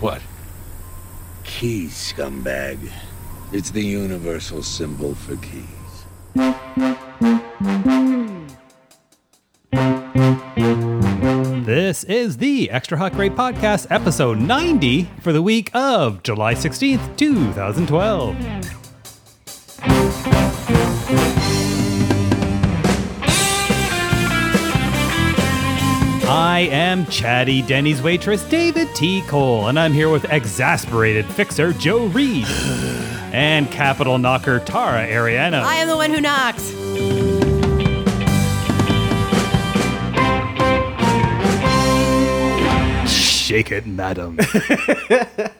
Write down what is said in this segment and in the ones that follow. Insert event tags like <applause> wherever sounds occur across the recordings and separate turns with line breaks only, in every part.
What?
Key, scumbag. It's the universal symbol for keys.
This is the Extra Hot Grade Podcast, episode 90 for the week of July 16th, 2012. I am chatty Denny's waitress David T. Cole, and I'm here with exasperated fixer Joe Reed and capital knocker Tara Ariano.
I am the one who knocks.
Shake it, madam.
I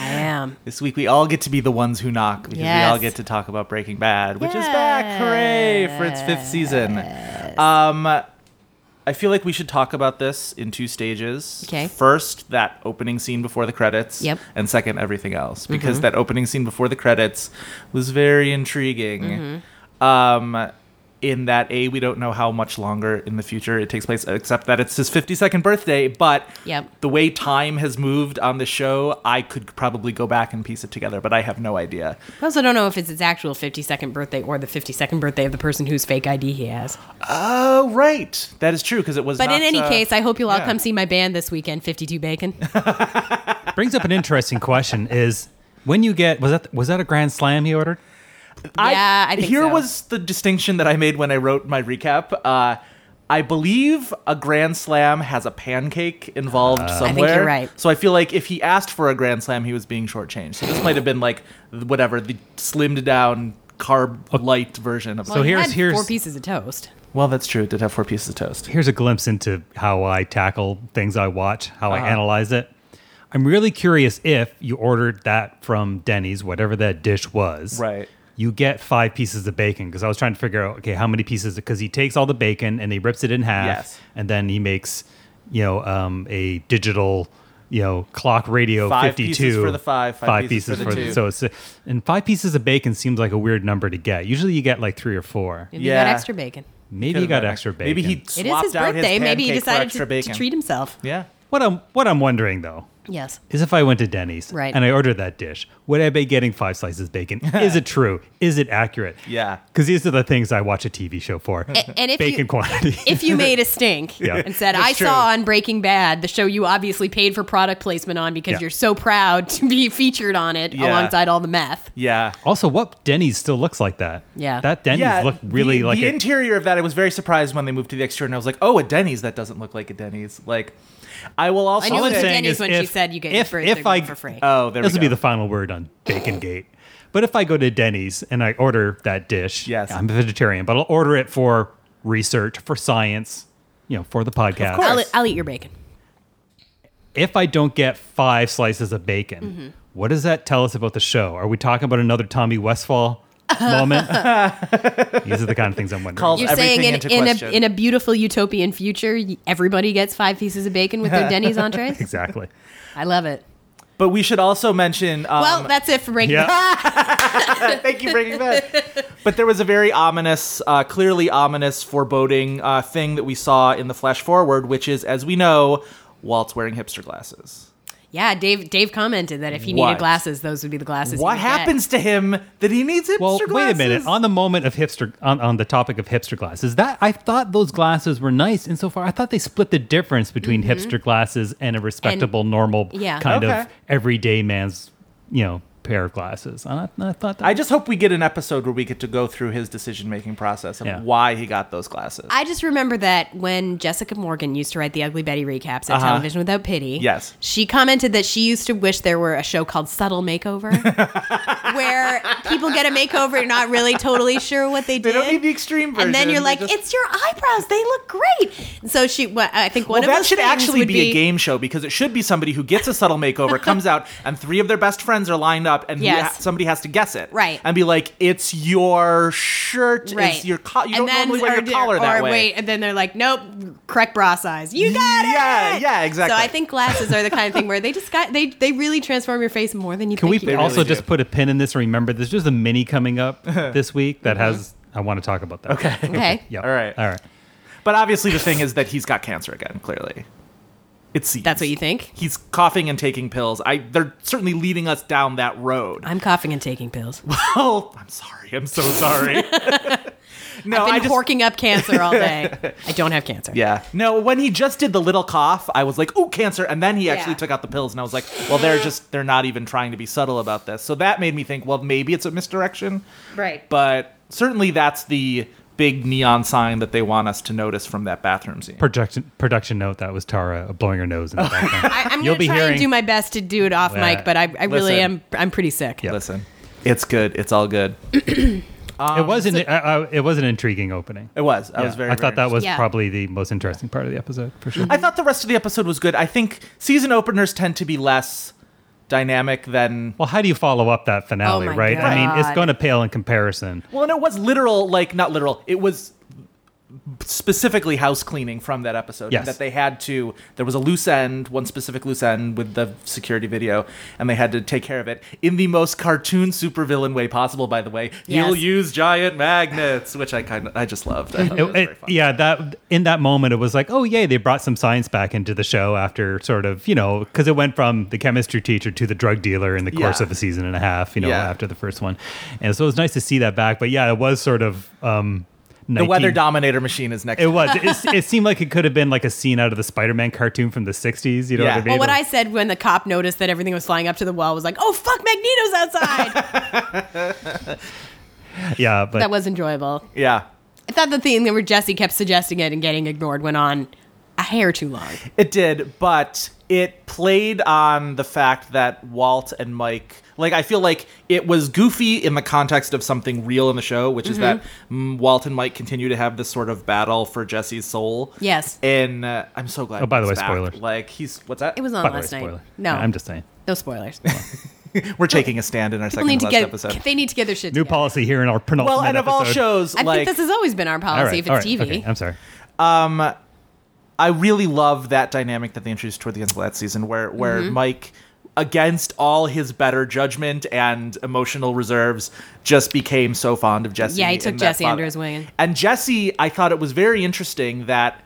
am.
This week we all get to be the ones who knock because we all
Yes.
get to talk about Breaking Bad, which is back. Hooray for its fifth season. Um I feel like we should talk about this in two stages.
Okay.
First, that opening scene before the credits.
Yep. Mm-hmm.
And second, everything else. Because that opening scene before the credits was very
Mm-hmm.
intriguing. Um in that A, we don't know how much longer in the future it takes place, except that it's his 52nd birthday. But
Yep.
the way time has moved on the show, I could probably go back and piece it together, but I have no idea.
I also don't know if it's its actual 52nd birthday or the 52nd birthday of the person whose fake ID he has.
Oh, right. That is true because it was.
But
not,
in any
uh,
case, I hope you'll all
yeah.
come see my band this weekend, 52 Bacon.
Brings up an interesting question is when you get was that was that a grand slam he ordered?
yeah, I think
here
so.
was the distinction that I made when I wrote my recap. Uh, I believe a grand slam has a pancake involved somewhere.
Uh, think you're right.
So I feel like if he asked for a grand slam, he was being shortchanged. So this might have been like th- whatever the slimmed down carb light version of.
So
He
here's
had
here's
four pieces of toast.
well, that's true. It did have four pieces of toast.
here's a glimpse into how I tackle things I watch, how
Uh-huh.
I analyze it. I'm really curious if you ordered that from Denny's, whatever that dish was.
Right.
You get five pieces of bacon because I was trying to figure out okay how many pieces because he takes all the bacon and he rips it in half
Yes.
and then he makes you know um, a digital you know clock radio
Five
52
pieces for the five, five pieces for the two.
so it's and five pieces of bacon seems like a weird number to get usually you get like three or four
Maybe yeah. got
Yeah.
extra bacon.
maybe you
Could've
got
been
extra bacon
Maybe he
It
swapped
is his
out his
birthday. Maybe he
pancake for
decided
extra
to, to
bacon.
treat himself.
Yeah.
What I'm what I'm wondering though
Yes.
is if I went to Denny's
Right.
and I ordered that dish, would I be getting five slices of bacon? is
<laughs>
it true? Is it accurate?
Yeah.
Because these are the things I watch a TV show for.
and <laughs> if you-
bacon quantity.
<laughs> If you made a stink
Yeah.
and said,
That's
I
true.
saw on Breaking Bad, the show you obviously paid for product placement on because
Yeah.
you're so proud to be featured on it
Yeah.
alongside all the meth.
Yeah.
also, what Denny's still looks like that?
Yeah.
that Denny's looked really
the,
like
the
it.
interior of that. I was very surprised when they moved to the exterior, and I was like, "Oh, a Denny's that doesn't look like a Denny's." Like, I will also.
knew
All
it
I'm
was
say-
saying
Denny's
is
when she
if,
said you get
if,
your
if
birthday
I,
for free.
oh, there
this
we
will be
go.
the final word on Bacon Gate. But if I go to Denny's and I order that dish,
Yes.
I'm a vegetarian, but I'll order it for research, for science, you know, for the podcast.
course.
I'll, I'll eat your bacon.
if I don't get five slices of bacon, what does that tell us about the show? Are we talking about another Tommy Westfall moment? These are the kind of things I'm wondering.
Called-
You're
everything
saying in,
into
in a
question.
in a beautiful utopian future, y- everybody gets five pieces of bacon with their
<laughs>
Denny's entrees.
exactly.
I love it.
but we should also mention. Um,
Well, that's it for breaking.
Yeah.
<laughs>
<laughs> thank you, Breaking Bad. But there was a very ominous, uh, clearly ominous, foreboding uh, thing that we saw in the flash forward, which is, as we know, Walt's wearing hipster glasses.
Yeah, Dave. Dave commented that if he
What?
needed glasses, those would be the glasses. he
What
would get.
happens to him that he needs hipster
Well,
glasses?
wait a minute. On the moment of hipster, on, on the topic of hipster glasses, that I thought those glasses were nice insofar. I thought they split the difference between hipster glasses and a respectable, normal
Yeah.
kind
Okay.
of everyday man's, you know, pair of glasses. And I, I thought that
I just hope we get an episode where we get to go through his decision making process and
Yeah.
why he got those glasses.
I just remember that when Jessica Morgan used to write the Ugly Betty recaps at Television Without Pity,
Uh-huh. Yes.
she commented that she used to wish there were a show called Subtle
<laughs>
Makeover, where people get a makeover, you're not really totally sure what they
they
did.
don't need the extreme version.
and then you're
They
like,
just-
it's your eyebrows; they look great. And so she, well, I think one
well,
of
that
those
should
things
actually
would
be, a game show because it should be somebody who gets a subtle makeover, comes out, and three of their best friends are lined up, and who
Yes.
ha- somebody has to guess it,
Right.
And be like, "It's your shirt, it's your co- you don't normally wear your collar
or
that way."
wait, and then they're like, nope, correct bra size. You got
Yeah,
it.
yeah, exactly.
So I think glasses are the kind of thing where they just got they they really transform your face more than you
Can we
think. you
also
really do. Mm-hmm.
just put a pin in this and remember there's just a mini coming
<laughs>
up this week that has I want to talk about that.
Okay.
okay.
Yep.
All right.
All right.
But obviously, the thing is that he's got cancer again. Clearly, It seems.
That's what you think?
He's coughing and taking pills. I they're certainly leading us down
<laughs>
that road.
I'm coughing and taking pills.
Well, I'm sorry. I'm
<laughs>
so sorry. <laughs> no,
I've
I
been
just
horking up cancer all
<laughs>
day. I don't have cancer.
yeah. No, when he just did the little cough, I was like, "Ooh, cancer!" And then he actually
Yeah.
took out the pills, and I was like, "Well, they're just they're not even trying to be subtle about this." So that made me think, well, maybe it's a misdirection.
Right.
But certainly, that's the big neon sign that they want us to notice from that bathroom scene.
Production production note that was Tara blowing her nose in
<laughs>
the background.
I, I'm
You'll
going to
be
try
hearing-
and do my best to do it off
Yeah.
mic, but I, I really
Listen.
am. I'm pretty sick.
Yep.
Listen, it's good. It's all good.
it was an I, I, it was an intriguing opening.
It was.
Yeah,
I Um, was very.
I
very
thought that was
Yeah.
probably the most interesting part of the episode for
<laughs>
sure.
I thought the rest of the episode was good. I think season openers tend to be less dynamic than.
Well, how do you follow up that finale,
Oh my
right? I mean, it's
God.
going to pale in comparison.
Well, no, it was literal, like not literal. It was specifically house cleaning from that episode.
Yes.
That they had to. There was a loose end, one specific loose end with the security video, and they had to take care of it in the most cartoon supervillain way possible. By the way, you'll
Yes.
use giant magnets, which I kind of I just loved. <laughs> I
<laughs> It-
thought that was very
it-
fun.
yeah, that in that moment, it was like, oh yay, they brought some science back into the show after sort of you know because it went from the chemistry teacher to the drug dealer in the course
Yeah.
of a season and a half, you know,
Yeah.
after the first one, and so it was nice to see that back. But yeah, it was sort of um,
The weather
19
dominator machine is next.
It was.
<laughs>
It, it seemed like it could have been like a scene out of the Spider-Man cartoon from the '60s. You know
Yeah.
what I mean?
Well, what
Like-
I said when the cop noticed that everything was flying up to the wall was like, "Oh fuck, Magneto's
<laughs>
outside."
yeah, but
that was enjoyable.
yeah.
I thought the thing where Jesse kept suggesting it and getting ignored went on a hair too long.
It did, but it played on the fact that Walt and Mike, like, I feel like it was goofy in the context of something real in the show, which is that
Mm-hmm.
mm, Walt and Mike continue to have this sort of battle for Jesse's soul.
Yes.
And uh, I'm so glad.
Oh, by the
he's
way,
back.
spoilers.
Like, he's what's that?
It was on
by the way,
last night.
spoiler.
No,
I'm just saying.
no spoilers.
We're taking a stand in our
People
second
need
to
to
last
get.
episode.
They need to get their shit.
New
together.
policy here in our penultimate
Well, and of all
episode.
shows,
I
like
think this has always been our
All
policy
right,
if it's
all right,
TV.
okay, I'm sorry.
I really love that dynamic that they introduced toward the end of last season, where where
Mm-hmm.
Mike, against all his better judgment and emotional reserves, just became so fond of Jesse.
Yeah, he
in
took
that
Jesse
father-
under his wing.
And Jesse, I thought it was very interesting that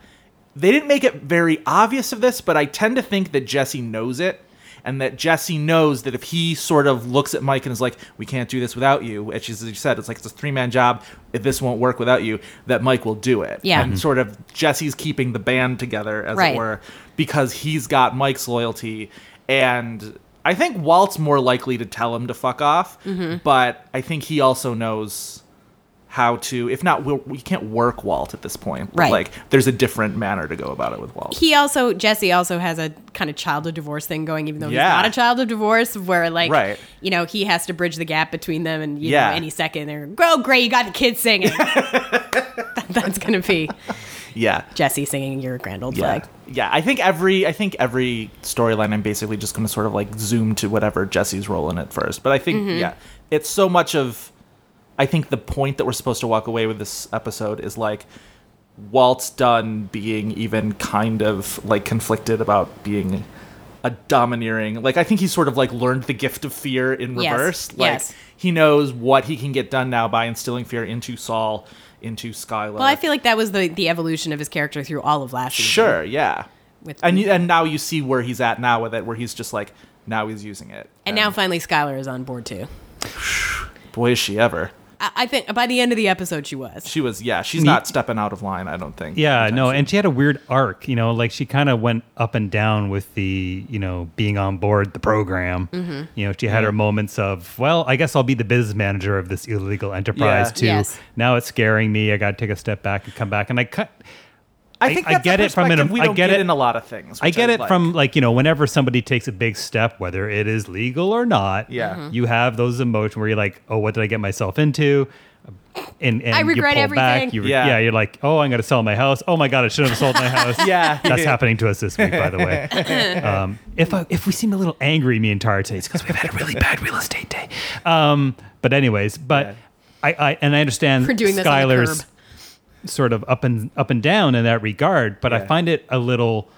they didn't make it very obvious of this, but I tend to think that Jesse knows it. And that Jesse knows that if he sort of looks at Mike and is like, "We can't do this without you," as you said, it's like it's a three-man job. If this won't work without you, that Mike will do it.
Yeah.
And sort of Jesse's keeping the band together, as
Right.
it were, because he's got Mike's loyalty. And I think Walt's more likely to tell him to fuck off,
Mm-hmm.
but I think he also knows how to, if not, we'll, we can't work Walt at this point.
Right.
Like, there's a different manner to go about it with Walt.
he also Jesse also has a kind of child of divorce thing going, even though
Yeah.
he's not a child of divorce, where like
Right.
you know he has to bridge the gap between them, and you
Yeah.
know any second they're oh great you got the
<laughs>
kids singing. <laughs> That's gonna be
yeah.
Jesse singing your grand old
Yeah.
flag.
Yeah, I think every I think every storyline I'm basically just going to sort of like zoom to whatever Jesse's role in it first. But I think
Mm-hmm.
yeah, it's so much of I think the point that we're supposed to walk away with this episode is like Walt's done being even kind of like conflicted about being a domineering. Like I think he sort of like learned the gift of fear in
Yes,
reverse. Like
yes.
he knows what he can get done now by instilling fear into Saul, into Skylar.
Well, I feel like that was the the evolution of his character through all of last season.
Sure, yeah.
With-
and you, and now you see where he's at now with it, where he's just like now he's using it.
and now finally Skylar is on board too.
boy is she ever.
I, I think by the end of the episode she was.
She was yeah, she's not stepping out of line, I don't think.
Yeah, no,
Sometimes.
and she had a weird arc, you know, like she kind of went up and down with the, you know, being on board the program. You know, she had her moments of, well, I guess I'll be the business manager of this illegal enterprise
Yeah.
too.
Yes.
Now it's scaring me. I got to take a step back and come back. And I cut.
I think
I- I
that's a
get it from an-
perspective we
I
don't
get it-
in a lot of things.
I
which
get it
like.
from like you know whenever somebody takes a big step, whether it is legal or not.
Yeah. Mhm.
you have those emotions where you're like, oh, what did I get myself into? And, and
I regret
you pull Back,
everything.
you re-
Yeah.
yeah. you're like, oh, I'm gonna sell my house. Oh my god, I should have sold my house.
<laughs> Yeah.
that's happening to us this week, by the
<laughs>
way. Um, if I, if we seem a little angry, me and Tara today, it's because we've had a really bad real estate day. Um, but anyways, but
Yeah.
I, I and I understand
For doing this on the
Skylar's
curb.
sort of up and up and down in that regard, but
Yeah.
I find it a little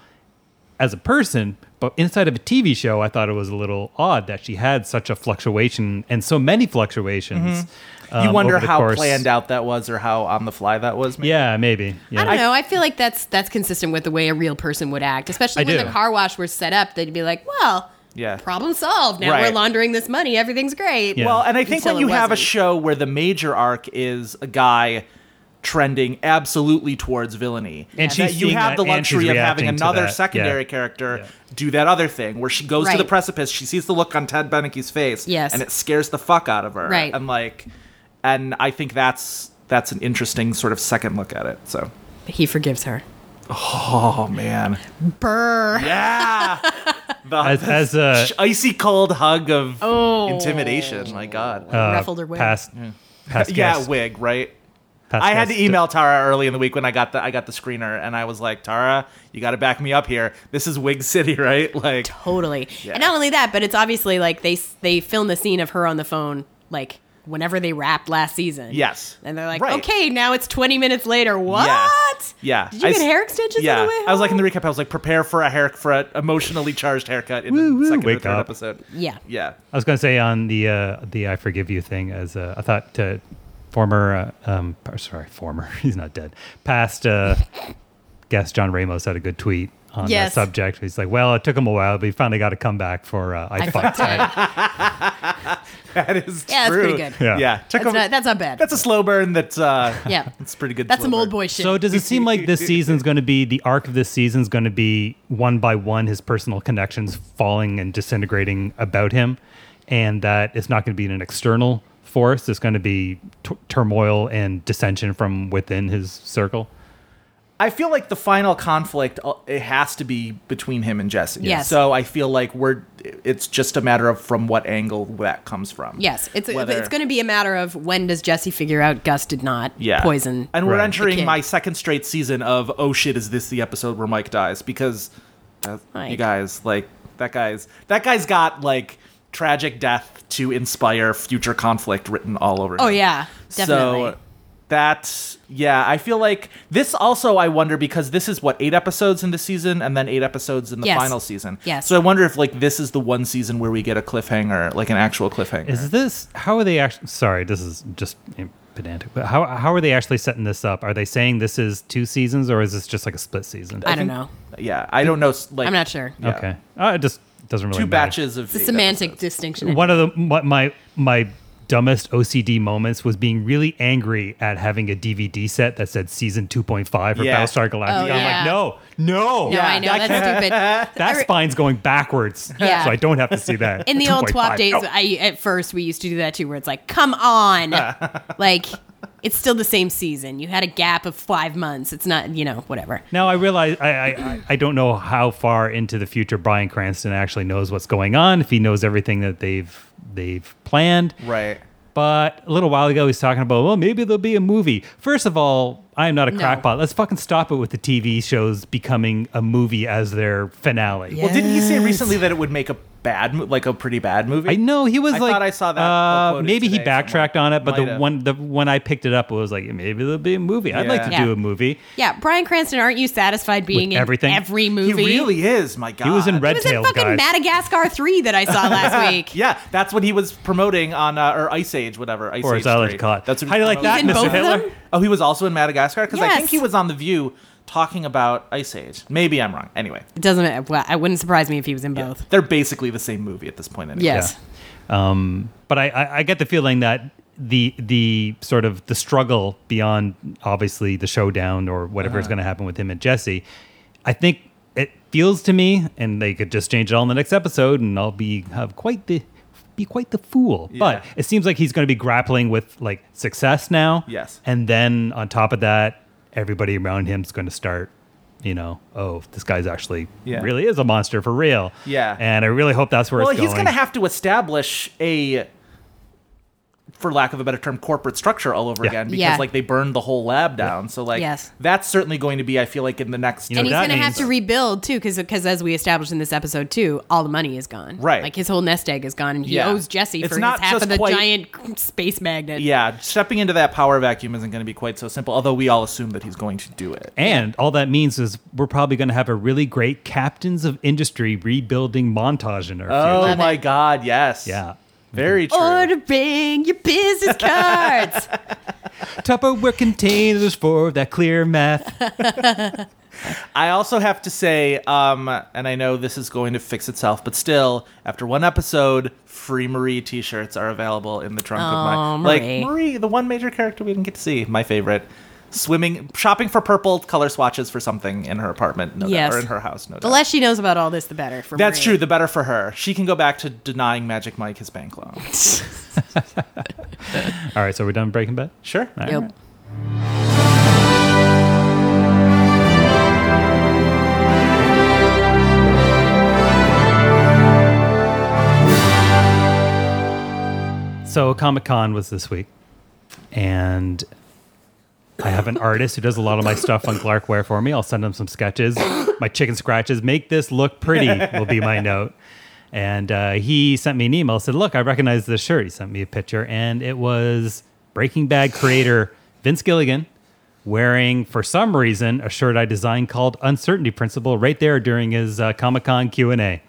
as a person, but inside of a TV show, I thought it was a little odd that she had such a fluctuation and so many fluctuations
Mm-hmm. you
um,
wonder
over the
how
course-
planned out that was or how on the fly that was. maybe?
Yeah, maybe. Yeah.
I don't know. I feel like that's that's consistent with the way a real person would act, especially
I
when
do.
the car wash was set up. They'd be like, "Well,
Yeah.
problem solved. Now
Right.
we're laundering this money. Everything's great."
Yeah.
Well, and I think
Until
when
it
you have a
wasn't.
show where the major arc is a guy trending absolutely towards villainy,
And she's
that you
seeing
have
that
the
and
luxury
she's
of having
reacting to
another
that. Yeah.
secondary character
Yeah.
do that other thing where she goes to the
Right.
precipice, she sees the look on Ted Benecke's face,
Yes.
and it scares the fuck out of her,
Right.
And like, and I think that's that's an interesting sort of second look at it. So,
He forgives her.
oh man,
Brr.
yeah, <laughs> the
As, as uh,
icy cold hug of
Oh.
intimidation. My God,
uh,
Ruffled her wig.
past, past
yeah,
guest-
wig, right?
past
I had
guest-
to email Tara early in the week when I got the I got the screener, and I was like, Tara, you got to back me up here. This is Wig City, <laughs> right? Like,
Totally.
Yeah.
And not only that, but it's obviously like they they film the scene of her on the phone like whenever they wrapped last season.
yes.
And they're like,
Right.
"Okay, now it's 20 minutes later. What?
Yeah.
Did you
I
get
s-
hair extensions
Yeah.
on the way
I was like in the
home?
<laughs> recap. I was like, prepare for a hair for an emotionally charged haircut in
Woo,
the
woo,
second or
wake
third
up.
episode.
Yeah.
Yeah. <laughs>
I was going to say on the uh, the I forgive you thing as uh, I thought uh, former uh, um or sorry former <laughs> he's not dead past uh, guest John Ramos had a good tweet on
Yes.
that subject. He's like, well, it took him a while, but he finally got a comeback for uh, I,
I
fucked. <laughs>
fucked up.
That is
Yeah, that's
true.
pretty good.
Yeah.
Yeah. Check
That's
them-
not, that's not bad.
that's a slow burn. <laughs> That's uh,
<laughs> yeah.
It's pretty good.
That's
slow
some old
burn.
boy shit.
So does it seem like this season's going to be the arc of this season's going to be one by one his personal connections falling and disintegrating about him, and that it's not going to be an external force. It's going to be t- turmoil and dissension from within his circle.
I feel like the final conflict uh, it has to be between him and Jesse.
Yes.
So I feel like we're it's just a matter of from what angle that comes from.
Yes, it's
Whether-
it's going to be a matter of when does Jesse figure out Gus did not
yeah.
poison.
And we're
Right.
entering
kid.
my second straight season of oh shit is this the episode where Mike dies because uh, you
Mike.
guys like that guy's that guy's got like tragic death to inspire future conflict written all over.
oh
him.
yeah, definitely.
So that yeah, I feel like this also I wonder because this is what eight episodes in the season and then eight episodes in the
Yes.
final season.
Yes.
So I wonder if like this is the one season where we get a cliffhanger, like an actual cliffhanger.
Is this how are they actually? Sorry, this is just eh, pedantic. But how how are they actually setting this up? Are they saying this is two seasons or is this just like a split season?
I don't know.
yeah, I don't know. Like
I'm not sure.
yeah.
Okay, uh, it just doesn't really
Two
matter.
batches of
The
eight
semantic
episodes.
distinction.
One of the my, my my dumbest OCD moments was being really angry at having a DVD set that said season 2.5 for
Yeah.
Battlestar Galactica.
Oh,
I'm
yeah.
like, no, no,
no, I know
I
that's
<laughs>
stupid.
that spine's going backwards,
Yeah.
so I don't have to see that.
In the old
2.5,
twop days,
no.
I at first we used to do that too, where it's like, come
<laughs>
on, like it's still the same season. You had a gap of five months. It's not, you know, whatever.
Now I realize I, I- I I don't know how far into the future Brian Cranston actually knows what's going on. If he knows everything that they've they've planned,
Right.
But a little while ago, he was talking about, well, maybe there'll be a movie. First of all, I am not a
No.
crackpot. Let's fucking stop it with the TV shows becoming a movie as their finale.
Well, didn't he say recently that it would make a bad, mo- like a pretty bad movie?
I know he was
I
like,
thought I saw that
Uh,
quoted
maybe he
today somewhere.
backtracked on it, but
Might
the
have.
one the when I picked it up it was like, maybe there'll be a movie. I'd like to
Yeah.
do
Yeah.
a movie.
Yeah, Brian Cranston, aren't you satisfied being in
everything?
every
He
movie?
really is. My God.
He was in
He
Red
was in
Tails, guys.
fucking Madagascar three that I saw
<laughs>
last week.
Yeah, that's what he was promoting on uh, or Ice Age, whatever. Ice
Or
Age
as I like
3.
to call it.
That's what
How
he
do you
was
like that,
promoting.
He's in
Mr.
both of
Hitler?
them?
Oh, he was also in Madagascar because I think
Yes.
he was on The View talking about Ice Age. Maybe I'm wrong. Anyway,
It doesn't. matter. Well, it wouldn't surprise me if he was in both.
they're basically the same movie at this point. Anyway.
Yes.
Um, but I, I, I get the feeling that the the sort of the struggle beyond obviously the showdown or whatever
Uh-huh.
is going to happen with him and Jesse. I think it feels to me, and they could just change it all in the next episode, and I'll be have quite the be quite the fool. But
Yeah.
it seems like he's going to be grappling with like success now.
Yes.
and then on top of that, everybody around him's going to start. You know, oh, this guy's actually
Yeah.
really is a monster for real.
Yeah.
and I really hope that's where
Well,
it's going.
he's going to have to establish a, for lack of a better term, corporate structure all over
Yeah.
again because
Yeah.
like they burned the whole lab down. So like
Yes.
that's certainly going to be, I feel like, in the next.
You know,
And he's
that
going to have
means-
to rebuild too, because as we established in this episode too, all the money is gone.
Right.
like his whole nest egg is gone, and he
Yeah.
owes Jesse
It's
for his
not
half
just
of the
quite-
giant <laughs> space magnet.
yeah, stepping into that power vacuum isn't going to be quite so simple. Although we all assume that he's going to do it.
And all that means is we're probably going to have a really great captains of industry rebuilding montage in our
Oh
future.
my God! Yes.
Yeah.
Very true.
Ordering your business cards.
Tupperware containers for that clear math. <laughs>
I also have to say, um, and I know this is going to fix itself, but still, after one episode, free Marie T-shirts are available in the trunk of my
Aw, Oh, Marie.
like Marie, the one major character we didn't get to see, my favorite, swimming, shopping for purple color swatches for something in her apartment, no doubt-
Yes.
or in her house, no doubt.
<laughs> The less she knows about all this, the better. For
That's
Marie.
true. The better for her. She can go back to denying Magic Mike his bank loan.
All right, so we're done Breaking Bad.
Sure.
Yep.
So Comic Con was this week, and I have an artist who does a lot of my stuff on Clarkware for me. I'll send him some sketches. My chicken scratches. Make this look pretty will be my note. And uh, he sent me an email. Said, "Look, I recognize this shirt." He sent me a picture, and it was Breaking Bad creator Vince Gilligan wearing, for some reason, a shirt I designed called "Uncertainty Principle" right there during his uh, Comic Con Q and A.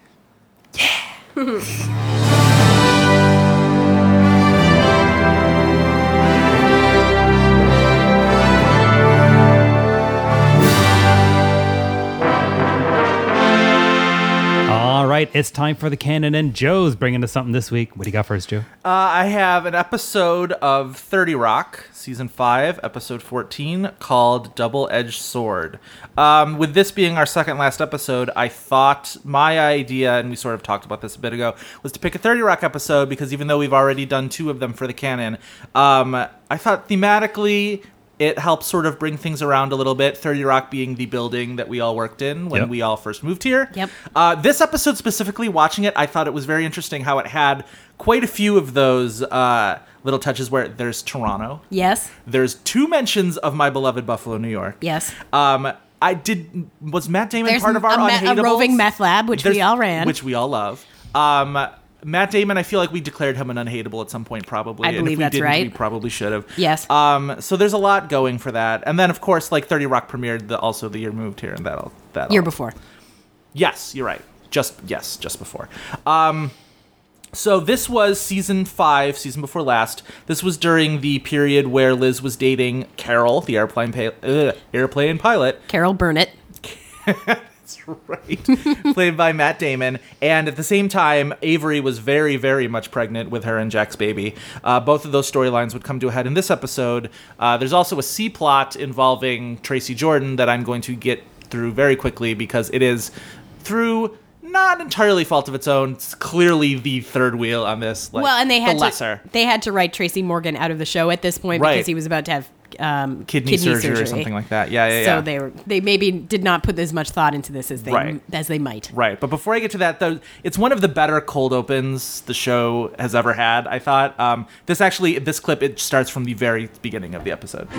All right, it's time for the canon, and Joe's bringing us something this week. What do you got for us, Joe?
Uh, I have an episode of 30 Rock, season 5, episode 14, called Double Edged Sword. Um, with this being our second last episode, I thought my idea, and we sort of talked about this a bit ago, was to pick a 30 Rock episode because even though we've already done two of them for the canon, um, I thought thematically it helps sort of bring things around a little bit. 30 Rock being the building that we all worked in when
Yep.
we all first moved here.
Yep.
Uh, this episode specifically, watching it, I thought it was very interesting how it had quite a few of those uh, little touches where there's Toronto,
Yes.
there's two mentions of my beloved Buffalo, New York.
Yes.
Um, I did. Was Matt Damon
There's
part of our
a, me- a
unhateables?
roving meth lab, which we
There's-
all ran.
which we all love. Um, Matt Damon, I feel like we declared him an unhateable at some point, probably.
I
and
believe
if we
that's
didn't,
right.
We probably should have.
Yes.
Um, so there's a lot going for that, and then of course, like Thirty Rock premiered the, also the year moved here, and that all that
year
all-
before.
Yes, you're right. Just yes, just before. Um, so this was season five, season before last. This was during the period where Liz was dating Carol, the airplane pa- ugh, airplane pilot,
Carol Burnett.
<laughs> right, played by Matt Damon. And at the same time, Avery was very, very much pregnant with her and Jack's baby. Uh, both of those storylines would come to a head in this episode. Uh, there's also a C plot involving Tracy Jordan that I'm going to get through very quickly because it is through. Not entirely fault of its own. It's clearly the third wheel on this. Like,
well, and they had
the
to
lesser.
they had to write Tracy Morgan out of the show at this point
Right.
because he was about to have um,
kidney, surgery, or something like that. Yeah, yeah,
So
yeah.
they were they maybe did not put as much thought into this as they
Right.
as they might.
Right. But before I get to that, though, it's one of the better cold opens the show has ever had. I thought um, this actually, this clip, it starts from the very beginning of the episode.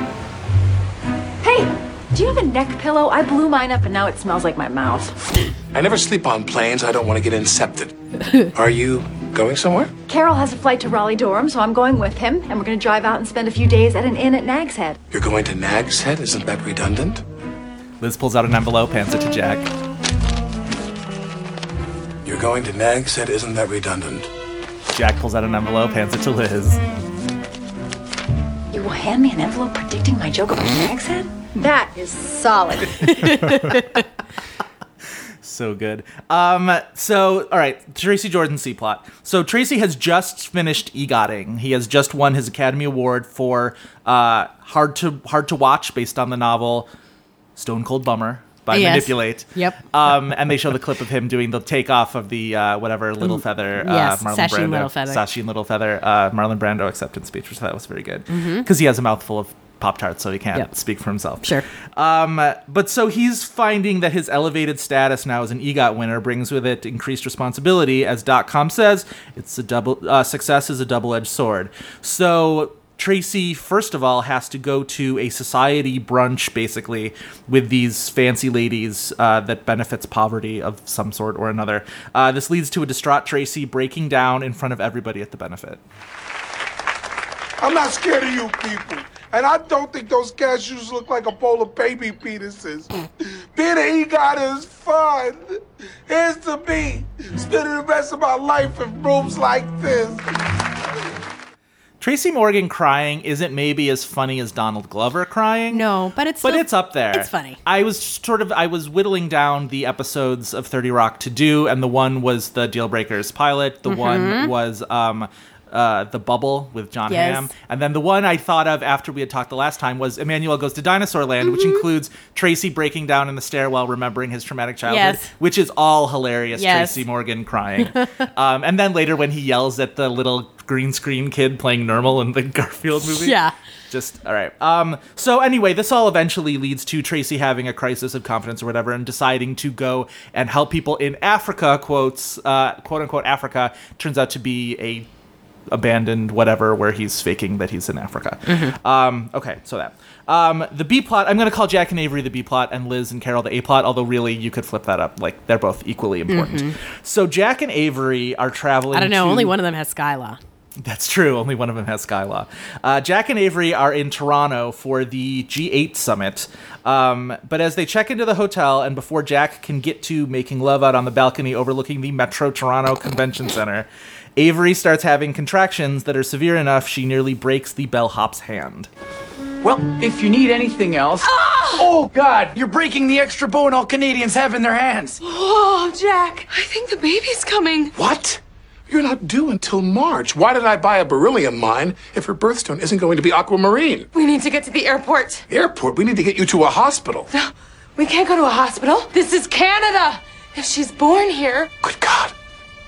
Hey, do you have a neck pillow? I blew mine up and now it smells like my mouth.
I never sleep on planes. I don't want to get incepted. Are you going somewhere?
Carol has a flight to Raleigh Durham, so I'm going with him, and we're gonna drive out and spend a few days at an inn at Nag's Head.
You're going to Nag's Head? Isn't that redundant?
Liz pulls out an envelope, hands it to Jack.
You're going to Nag's Head? Isn't that redundant?
Jack pulls out an envelope, hands it to Liz.
You will hand me an envelope predicting my joke about Nag's Head? That is solid.
So good. Um, so, all right, Tracy Jordan C plot. So, Tracy has just finished EGOTing. He has just won his Academy Award for uh, Hard to Hard to Watch, based on the novel Stone Cold Bummer by
Yes.
Manipulate.
Yep.
Um, and they show the clip of him doing the takeoff of the uh, whatever Little Feather, uh,
Mm, yes,
Marlon
Sashi
Brando,
and Littlefeather.
Sashi and Little Feather, uh, Marlon Brando acceptance speech, which I thought was very good because he has a mouthful of Pop Tarts, so he can't
Mm-hmm. Yep.
speak for himself.
Sure.
Um, but so he's finding that his elevated status now as an EGOT winner brings with it increased responsibility. As .com says, it's a double uh, success is a double-edged sword. So Tracy, first of all, has to go to a society brunch basically with these fancy ladies uh, that benefits poverty of some sort or another. Uh, this leads to a distraught Tracy breaking down in front of everybody at the benefit.
I'm not scared of you people. And I don't think those cashews look like a bowl of baby penises. Being an EGOT is fun. Here's to me, spending the rest of my life in rooms like this.
Tracy Morgan crying isn't maybe as funny as Donald Glover crying.
No, but it's
But
still-
it's up there.
It's funny.
I was sort of I was whittling down the episodes of 30 Rock to do and the one was the Deal Breakers pilot, the one was um uh, the bubble with John
Mm-hmm. Yes.
Hamm, and then the one I thought of after we had talked the last time was Emmanuel goes to Dinosaur Land, which
Mm-hmm.
includes Tracy breaking down in the stairwell, remembering his traumatic childhood,
Yes.
which is all hilarious.
Yes.
Tracy Morgan
<laughs>
crying, um, and then later when he yells at the little green screen kid playing normal in the Garfield movie,
Yeah.
just all right. Um, so anyway, this all eventually leads to Tracy having a crisis of confidence or whatever, and deciding to go and help people in Africa. Quotes, uh, quote unquote, Africa turns out to be a abandoned whatever where he's faking that he's in Africa.
Mm-hmm.
Um, okay, so that. Um, the B plot, I'm going to call Jack and Avery the B plot and Liz and Carol the A plot, although really you could flip that up. Like they're both equally important. So Jack and Avery are traveling.
Mm-hmm. I don't know.
to-
Only one of them has Skylaw.
that's true. Only one of them has Skylaw. Uh, Jack and Avery are in Toronto for the G8 summit. Um, but as they check into the hotel, and before Jack can get to making love out on the balcony overlooking the Metro Toronto Convention Center, Avery starts having contractions that are severe enough she nearly breaks the bellhop's hand.
Well, if you need anything else. Oh, God, you're breaking the extra bone all Canadians have in their hands.
Oh, Jack, I think the baby's coming.
What? You're not due until March. Why did I buy a beryllium mine if her birthstone isn't going to be aquamarine?
We need to get to the airport.
Airport, we need to get you to a hospital.
We can't go to a hospital. This is Canada. If she's born here,
Good God.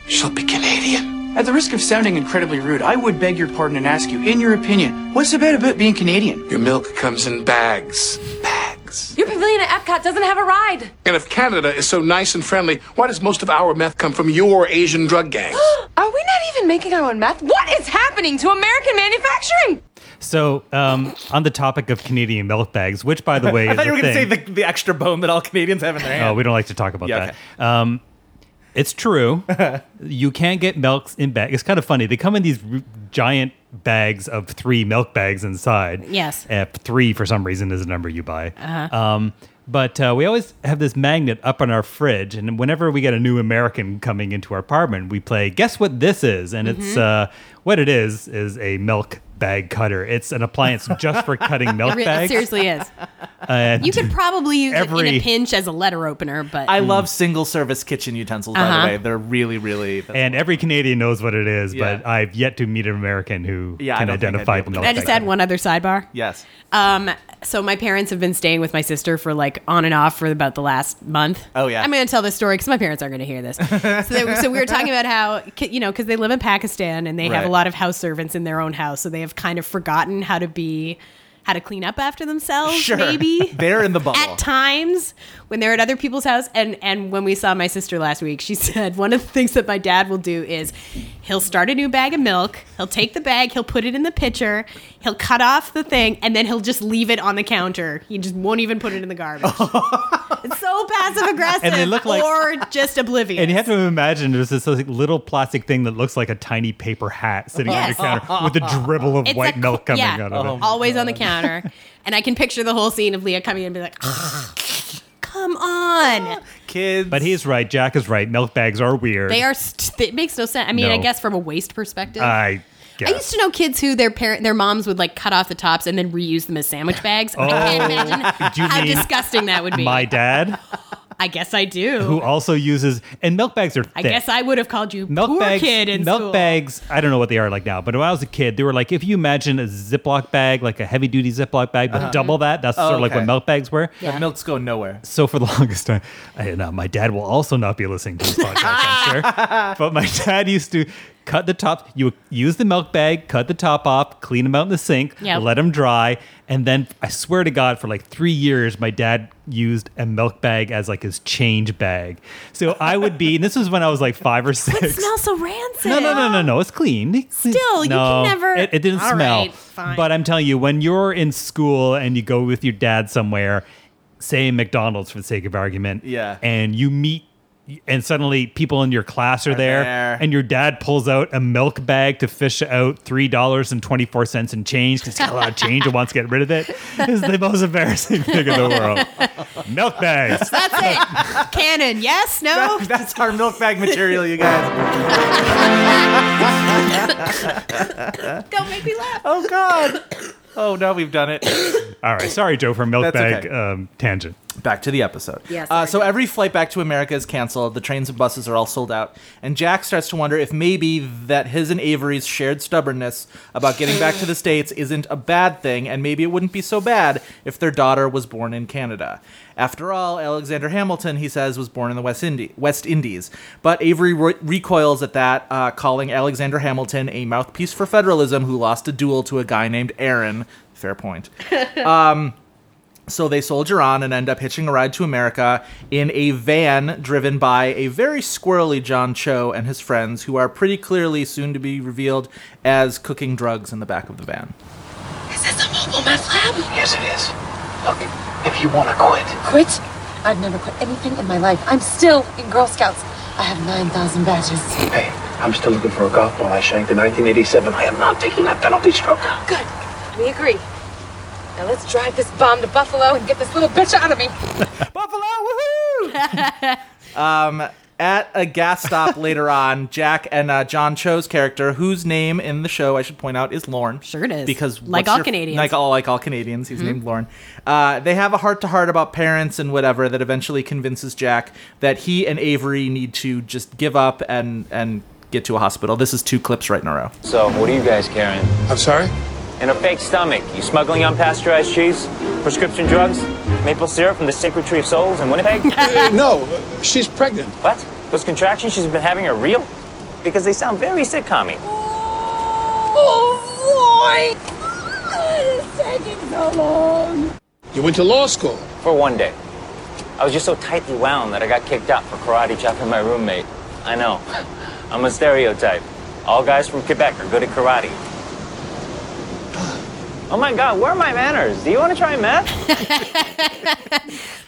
She'll be Canadian.
At the risk of sounding incredibly rude, I would beg your pardon and ask you, in your opinion, what's so bad about being Canadian?
Your milk comes in bags. Bags.
your pavilion at Epcot doesn't have a ride.
And if Canada is so nice and friendly, why does most of our meth come from your Asian drug gangs?
Are we not even making our own meth? What is happening to American manufacturing?
So, um, on the topic of Canadian milk bags, which, by the way,
<laughs> I
is
thought you were
a
going to say
thing-
the, the extra bone that all Canadians have in their hand.
Oh, we don't like to talk about
Yeah,
that. Um, it's true. you can get milks in bags. It's kind of funny. They come in these r- giant bags of three milk bags inside.
Yes.
Uh, three, for some reason, is the number you buy. Uh-huh. Um, but uh, we always have this magnet up on our fridge. And whenever we get a new American coming into our apartment, we play, Guess what this is? And it's uh,
Mm-hmm.
what it is, is a milk bag cutter. It's an appliance just for
<laughs>
cutting milk
Re-
bags.
seriously is.
And
You could probably use it in
Every-
a pinch as a letter opener, but
Mm.
I love single service kitchen utensils, by the way. They're really, really. that's
And every Canadian knows what it is, but
Yeah.
I've yet to meet an American who
Yeah, I
can
don't think I'd
identify
be able
the
to
milk.
Can I just
bag.
add one other sidebar.
Yes.
Um, so my parents have been staying with my sister for like on and off for about the last month.
Oh, yeah.
I'm going to tell this story because my parents are going to hear this. so, they, so we were talking about how ki- you know because they live in Pakistan and they have a
Right.
lot of house servants in their own house, so they have kind of forgotten how to be how to clean up after themselves.
<laughs>
Sure.
Maybe
They're in the bubble.
at times when they're at other people's house and and when we saw my sister last week she <laughs> said one of the things that my dad will do is he'll start a new bag of milk he'll take the bag he'll put it in the pitcher he'll cut off the thing and then he'll just leave it on the counter he just won't even put it in
<laughs>
the garbage it's so passive aggressive
And they look like-
or just oblivious
And you have to imagine there's this like, little plastic thing that looks like a tiny paper hat sitting
Yes.
on the counter with a dribble of
It's
white
a-
milk coming
yeah,
out of
Oh
it.
always on the counter and i can picture the whole scene of leah coming in and be like <gasps> come on
Kids.
But he's right. Jack is right. Milk bags are weird.
They are. St- it makes no sense. I mean, I
No.
guess from a waste perspective.
Uh,
I guess.
I used to know kids who their parent, their moms would like cut off the tops and then reuse them as sandwich bags. I
Oh,
can't imagine
Do you
how
mean
disgusting that would be.
my dad,
I guess I do.
who also uses and milk bags are thick.
I guess I would have called you
milk
poor
bags,
kid in
milk
school.
bags. I don't know what they are like now, but when I was a kid, they were like if you imagine a Ziploc bag, like a heavy duty Ziploc bag,
Uh-huh.
but double that. That's sort of like
okay.
what milk bags were.
The milks go nowhere.
so for the <laughs> longest time, I, and, uh, my dad will also not be listening to this podcast, I'm
<laughs>
sure. But my dad used to cut the top. You would use the milk bag, cut the top off, clean them out in the sink,
Yep.
let them dry, and then I swear to God, for like three years, my dad used a milk bag as like his change bag. So I would be, and this was when I was like five or six.
It smells so rancid.
No, no, no, no, no. It's clean. It's clean.
Still, you
No,
can never-
It, it didn't
All
smell.
right, fine.
But I'm telling you, when you're in school and you go with your dad somewhere, say McDonald's for the sake of argument,
Yeah.
and you meet and suddenly people in your class are there,
there.
and your dad pulls out a milk bag to fish out three dollars and twenty four cents in change because he's got a lot of change and wants to get rid of it. It's the most embarrassing thing in the
<laughs>
world. Milk bags.
That's it. Canon. Yes.
<laughs>
No.
That's our milk bag material, you guys.
Don't make me laugh.
Oh God. Oh no, we've done it.
All right, sorry, Joe, for milk
That's
bag
okay.
um, tangent.
back to the episode.
Yes,
Uh,
there
so every flight back to America is canceled. The trains and buses are all sold out, and Jack starts to wonder if maybe that his and Avery's shared stubbornness about getting back to the states isn't a bad thing, and maybe it wouldn't be so bad if their daughter was born in Canada. After all, Alexander Hamilton, he says, was born in the West, Indi- West Indies. But Avery re- recoils at that, uh, calling Alexander Hamilton a mouthpiece for federalism who lost a duel to a guy named Aaron. Fair point. So they soldier on and end up hitching a ride to America in a van driven by a very squirrely John Cho and his friends, who are pretty clearly soon to be revealed as cooking drugs in the back of the van.
Is this a mobile meth lab?
Yes, it is. Look, if you want to quit,
Quit? I've never quit anything in my life. I'm still in Girl Scouts. I have 9,000 badges.
hey, I'm still looking for a golf ball I shanked in 1987. I am not taking that penalty stroke.
Good. We agree. Now let's drive this bomb to Buffalo and get this little bitch out of me.
Buffalo, woohoo! <laughs> um, at a
<laughs>
gas stop later on, Jack and uh, John Cho's character, whose name in the show I should point out is Lorne.
Sure it is.
Because
Like
what's
all
your-
Canadians. Mm-hmm.
like all like all Canadians, he's named Lorne. Uh, they have a heart to heart about parents and whatever that eventually convinces Jack that he and Avery need to just give up and and get to a hospital. This is two clips right in a row.
So, what are you guys carrying?
I'm sorry?
In a fake stomach, you smuggling unpasteurized cheese, prescription drugs, maple syrup from the Sacred Tree of Souls in Winnipeg?
<laughs> Uh, No, uh, she's pregnant.
what? Those contractions she's been having are real? Because they sound very sitcom
Oh, boy! It's taking so long.
You went to law school.
For one day. I was just so tightly wound that I got kicked out for karate chopping my roommate. I know. I'm a stereotype. All guys from Quebec are good at karate. Oh my god, where are my manners? Do you want to try meth?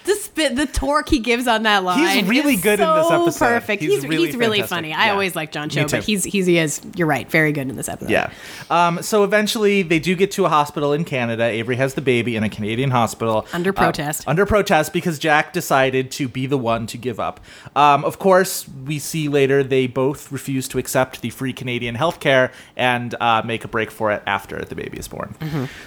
The spit, the torque he gives on that line.
He's really
is
good in
so
this episode.
Perfect.
He's
He's
really
he's really
fantastic.
funny. I
Yeah.
always like John
Me
Cho,
too.
but he's he's he is. You're right. Very good in this episode.
Yeah. Um, so eventually, they do get to a hospital in Canada. Avery has the baby in a Canadian hospital.
Under
Uh,
protest.
under protest because Jack decided to be the one to give up. Um, of course, we see later they both refuse to accept the free Canadian health care and uh, make a break for it after the baby is born.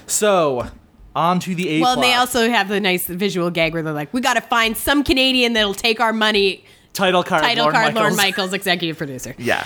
So, on to the A
Mm-hmm. Well, and they
plot.
also have the nice visual gag where they're like, "We got to find some Canadian that'll take our money."
title card
Title
Lorne
card,
Michaels.
Lorne Michaels, executive producer.
Yeah.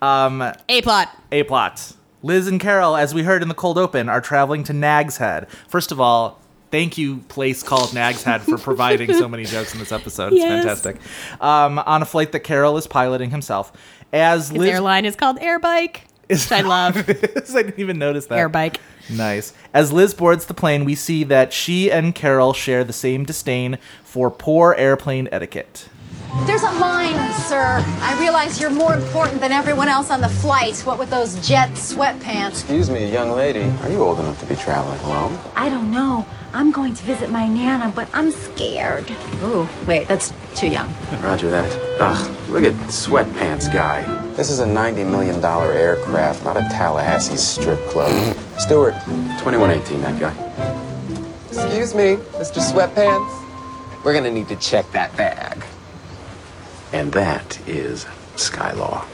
Um,
A plot.
A plot. Liz and Carol, as we heard in the cold open, are traveling to Nag's Head. First of all, thank you, place called Nag's Head, for providing so many jokes in this episode. It's
Yes.
fantastic. Um, on a flight that Carol is piloting himself. As
His
Liz.
airline is called Airbike, which I love.
<laughs> I didn't even notice that.
Airbike.
Nice. As Liz boards the plane, we see that she and Carol share the same disdain for poor airplane etiquette.
There's a line, sir. I realize you're more important than everyone else on the flight, what with those jet sweatpants.
Excuse me, young lady. Are you old enough to be traveling alone?
I don't know. I'm going to visit my Nana, but I'm scared. Ooh, wait, that's too young.
Roger that. Ugh, look at sweatpants guy. This is a $90 million aircraft, not a Tallahassee strip club. Stewart, 2118, that guy. Excuse me, Mr. Sweatpants. We're gonna need to check that bag. And that is Skylaw.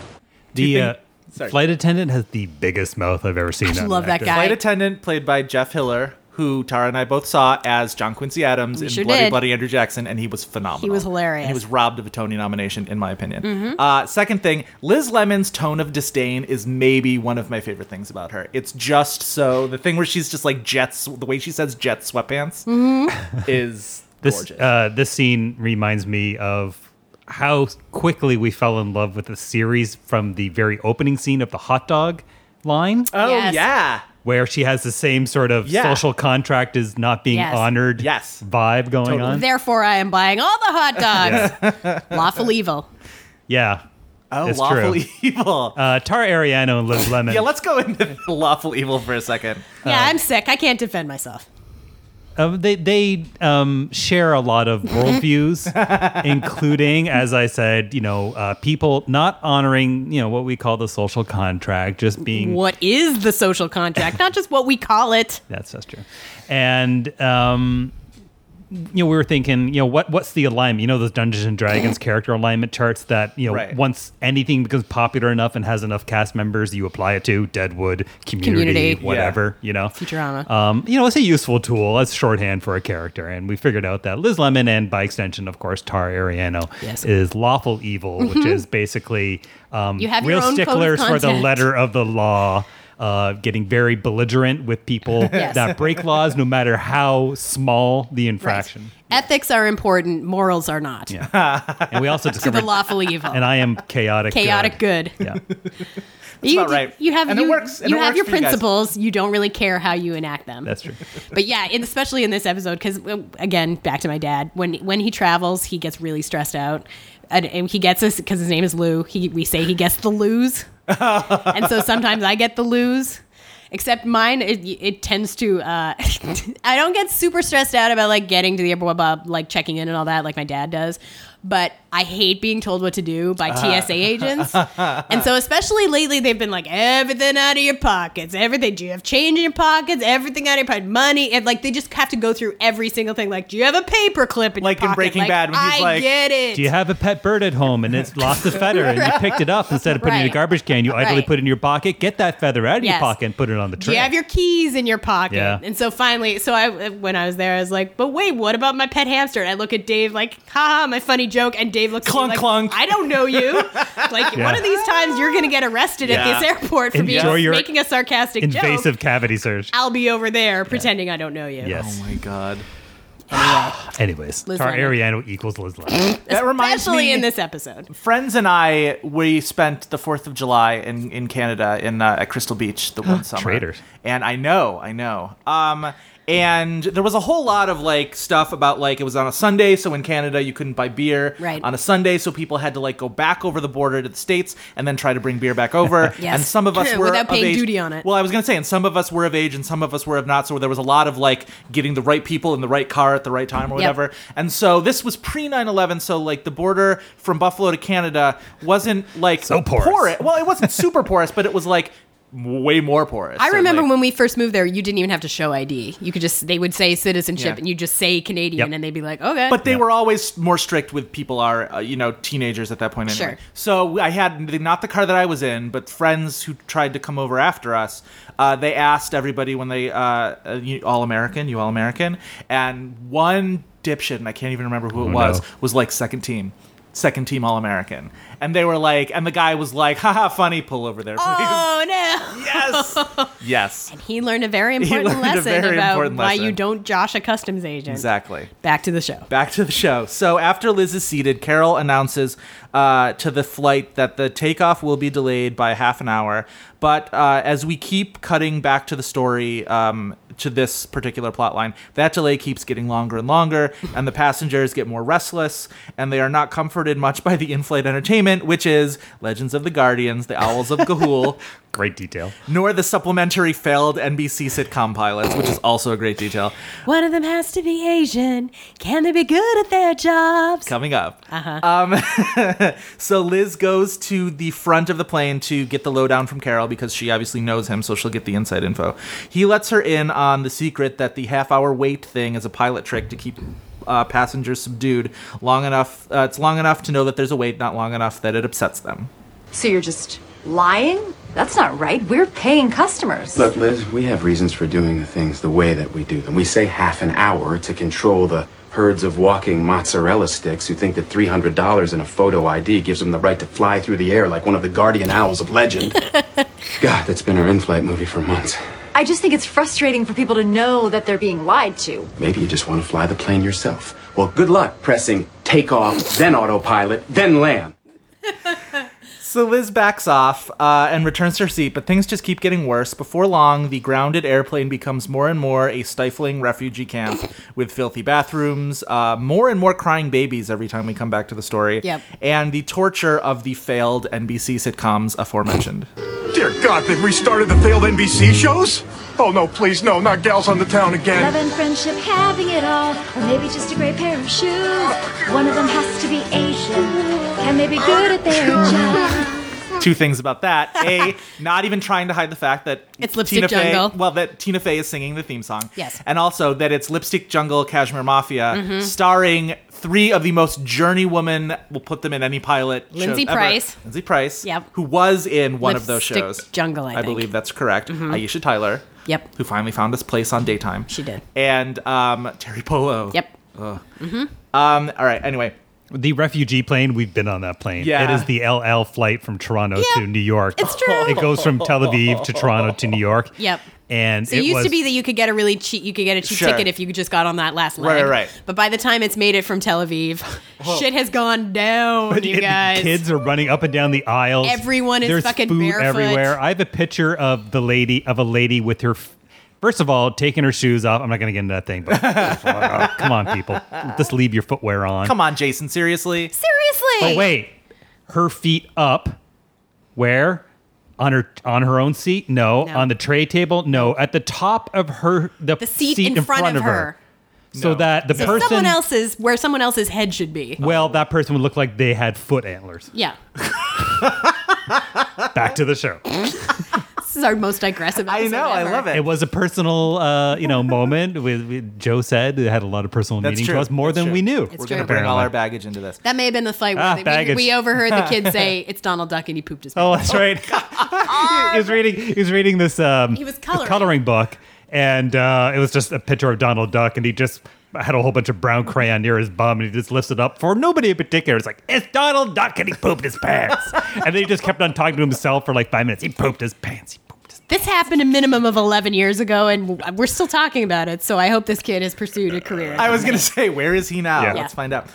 The uh,
Sorry.
flight attendant has the biggest mouth I've ever seen. on an
love that
actor.
guy.
Flight
I-
attendant, played by Jeff Hiller, who Tara and I both saw as John Quincy Adams in
sure
Bloody
did.
Bloody Andrew Jackson, and he was phenomenal.
He was hilarious. Mm-hmm.
And he was robbed of a Tony nomination, in my opinion. Uh, second thing, Liz Lemon's tone of disdain is maybe one of my favorite things about her. It's just so the thing where she's just like jets, the way she says jet sweatpants
Mm-hmm.
<laughs> is
This
gorgeous.
uh, this scene reminds me of how quickly we fell in love with the series from the very opening scene of the hot dog line,
oh
Yes.
yeah,
where she has the same sort of
Yeah.
social contract is not being
Yes.
honored
Yes.
vibe going
Totally.
on.
Therefore, I am buying all the
<laughs>
hot dogs. Lawful evil.
Yeah.
oh
it's
lawful
true.
evil.
Uh, Tara Ariano and
<laughs>
Liz Lemon.
yeah, let's go into lawful evil for a second.
Yeah, I'm sick. I can't defend myself.
Uh, they they um, share a lot of worldviews, including, as I said, you know, uh, people not honoring, you know, what we call the social contract, just being
What is the social contract? Not just what we call it.
That's that's true. And um, you know, we were thinking, you know, what what's the alignment? You know, those Dungeons and Dragons character alignment charts that you know,
Right.
once anything becomes popular enough and has enough cast members, you apply it to Deadwood community,
Community. Yeah.
whatever. You know,
Futurama.
Um, you know, it's a useful tool. It's shorthand for a character, and we figured out that Liz Lemon and, by extension, of course, Tar Ariano
Yes.
is lawful evil, which
Mhm.
is basically um,
You have your
real
own code of
sticklers for the
conduct.
letter of the law. Uh, getting very belligerent with people
<laughs> Yes.
that break laws, no matter how small the infraction.
Ethics are important, morals are not.
Yeah, and we also
<laughs> To the
discovered,
<laughs>
lawful evil.
and I am chaotic.
Chaotic good.
Yeah.
That's
about right.
You have
And it
you,
works. And
you
it
have
works
your
for you guys.
principles. You, don't really care how you enact them.
That's true.
But yeah, in, especially in this episode, because again, back to my dad. When when he travels, he gets really stressed out, and, and he gets us because his name is Lou. He we say he gets the Lou's, and so sometimes I get the Lou's. Except mine, it, it tends to. Uh, <laughs> I don't get super stressed out about like getting to the airport, about, like checking in and all that, like my dad does. But I hate being told what to do
<laughs>
by TSA agents. And so, especially lately, they've been like everything out of your pockets, everything. Do you have change in your pockets? Everything out of your pocket, money, and like they just have to go through every single thing. Like, do you have a paper clip in
Like
your
in
pocket?
Breaking Bad when he's
I
like,
get it.
Do you have a pet bird at home and
<laughs>
it's lost a feather and you picked it up instead of putting it in
Right.
a garbage can? You idly
Right.
put it in your pocket. Get that feather out of your
Yes.
pocket and put it on the
do
tree.
you have your keys in your pocket?
Yeah.
And so finally, so I when I was there, I was like, but wait, what about my pet hamster? And I look at Dave like, haha, my funny joke. And Dave looks
Clunk,
at me like,
clunk.
I don't know
<laughs>
you. like
Yeah.
one of these times, you're gonna get arrested
Yeah.
at this airport for
Enjoy
being
your
making a sarcastic joke.
invasive cavity search.
I'll be over there pretending I don't know you.
Yes.
Oh my god.
Anyways,
Oh Liz
Tar
Lemon.
Ariano equals Liz Lemon.
That reminds
Especially
me-
in this episode.
Friends and I, we spent the Fourth of July in, in Canada in uh, at Crystal Beach the one summer.
Traitors.
And I know, I know. Um, and there was a whole lot of like stuff about like it was on a Sunday, so in Canada you couldn't buy beer
Right.
on a Sunday, so people had to like go back over the border to the states and then try to bring beer back over.
<laughs> Yes.
And some of us were
Without
of
paying
age-
duty on it.
Well, I was gonna say, and some of us were of age, and some of us were of not. So there was a lot of like getting the right people in the right car at the right time or
Yep.
whatever. And so this was pre 9/11, so like the border from Buffalo to Canada wasn't like so
porous.
Well, it wasn't super porous, but it was like way more porous.
I
And,
remember
like,
when we first moved there, you didn't even have to show ID. You could just they would say citizenship
Yeah.
and you just say Canadian
Yep.
and they'd be like, okay.
But they were always more strict with people are, uh, you know, teenagers at that point anyway.
Sure.
So I had the- not the car that I was in, but friends who tried to come over after us. Uh, they asked everybody when they uh, uh, you, all American, you all American, and one dipshit, and I can't even remember who it
Oh,
was,
no.
was like second team. Second team All American, and they were like, and the guy was like, "Haha, funny, pull over there, please."
Oh no.
Yes. Yes,
he learned a very important
learned a
lesson
very
about
important
why
lesson.
you don't josh a customs agent.
exactly.
Back to the show.
Back to the show. So after Liz is seated, Carol announces uh, to the flight that the takeoff will be delayed by half an hour. But uh, as we keep cutting back to the story, um, to this particular plot line, that delay keeps getting longer and longer, and the passengers get more restless, and they are not comforted much by the in-flight entertainment, which is Legends of the Guardians, the Owls of Gahul,
Great detail.
nor the supplementary failed NBC sitcom pilots, which is also a great detail.
One of them has to be Asian. Can they be good at their jobs?
Coming up. Um, <laughs> so Liz goes to the front of the plane to get the lowdown from Carol because she obviously knows him, so she'll get the inside info. He lets her in on the secret that the half hour wait thing is a pilot trick to keep. Uh, passengers subdued long enough. Uh, it's long enough to know that there's a wait, not long enough that it upsets them.
So you're just lying? That's not right. We're paying customers.
Look, Liz, we have reasons for doing the things the way that we do them. We say half an hour to control the herds of walking mozzarella sticks who think that $300 in a photo ID gives them the right to fly through the air like one of the guardian owls
<laughs>
of legend. God, that's been our in flight movie for months.
I just think it's frustrating for people to know that they're being lied to.
Maybe you just want to fly the plane yourself. Well, good luck pressing take off, then autopilot, then land.
So Liz backs off uh, and returns to her seat, but things just keep getting worse. Before long, the grounded airplane becomes more and more a stifling refugee camp with filthy bathrooms, uh, more and more crying babies every time we come back to the story,
Yep.
and the torture of the failed NBC sitcoms aforementioned.
Dear God, they've restarted the failed NBC shows? Oh no, please, no, not Gals on the Town
Love
again.
and friendship, having it all, or maybe just a great pair of shoes. One of them has to be Asian, and they be good at their job.
Two things about that:
<laughs>
a, not even trying to hide the fact that
It's Lipstick
Tina
Jungle.
Fey, well, that Tina Fey is singing the theme song,
Yes.
and also that it's Lipstick Jungle Cashmere Mafia,
Mhm.
starring three of the most journeywoman. We'll put them in any pilot. shows
Lindsay
ever.
Price.
Lindsay Price, yep. who was in one of those
Lipstick
shows,
Jungle, I think. Mm-hmm.
believe that's correct. Aisha Tyler,
Yep.
who finally found his place on daytime. She
did,
and um, Terry Polo.
Yep.
Ugh.
Mm-hmm.
Um, all right. Anyway,
the refugee plane. We've been on that plane.
Yeah.
it is the LL flight from Toronto to New York.
it's true.
It goes from Tel Aviv to Toronto to New York.
Yep.
And
So it, used
was,
to be that you could get a really cheap you could get a cheap
Sure.
ticket if you just got on that last
Right,
leg.
right, right.
But by the time it's made it from Tel Aviv, <laughs>
Whoa.
shit has
<laughs>
gone down, you
And
guys.
Kids are running up and down the aisles.
Everyone is
There's
fucking
food
barefoot.
everywhere. I have a picture of the lady of a lady with her. f- First of all, taking her shoes off. I'm not going to get into that thing, but come on, people, just leave your footwear on.
come on, Jason. Seriously.
Seriously.
But Oh, wait, her feet up, where? On her on her own seat? No. On the tray table? No. At the top of her the,
The seat in front of her.
So that the
So
person
someone else's where someone else's head should be.
well, that person would look like they had foot antlers.
Yeah.
Back to the
<laughs>
show.
This is our most digressive episode. I know,
I love
It was a personal, uh, you know, moment. With, with Joe said it had a lot of personal
That's
meaning
true.
to us, more
That's
than
true.
we knew.
We're gonna bring all our baggage into this.
That may have been the flight where
Ah,
they- we-
baggage.
we, overheard the kids
<laughs>
say it's Donald Duck and he pooped his
Oh, that's right. <laughs> he was reading. He was reading this. Um,
He was
this
coloring.
book, and uh, it was just a picture of Donald Duck, and he just had a whole bunch of brown crayon near his bum, and he just lifts it up for nobody in particular. It's like it's Donald Duck, and he pooped his pants, <laughs> and then he just kept on talking to himself for like five minutes. He pooped his pants.
This happened a minimum of 11 years ago, and w- we're still talking about it. So I hope this kid has pursued a career.
I was gonna <laughs> say, where is he now?
Yeah.
Let's
Yeah.
find out.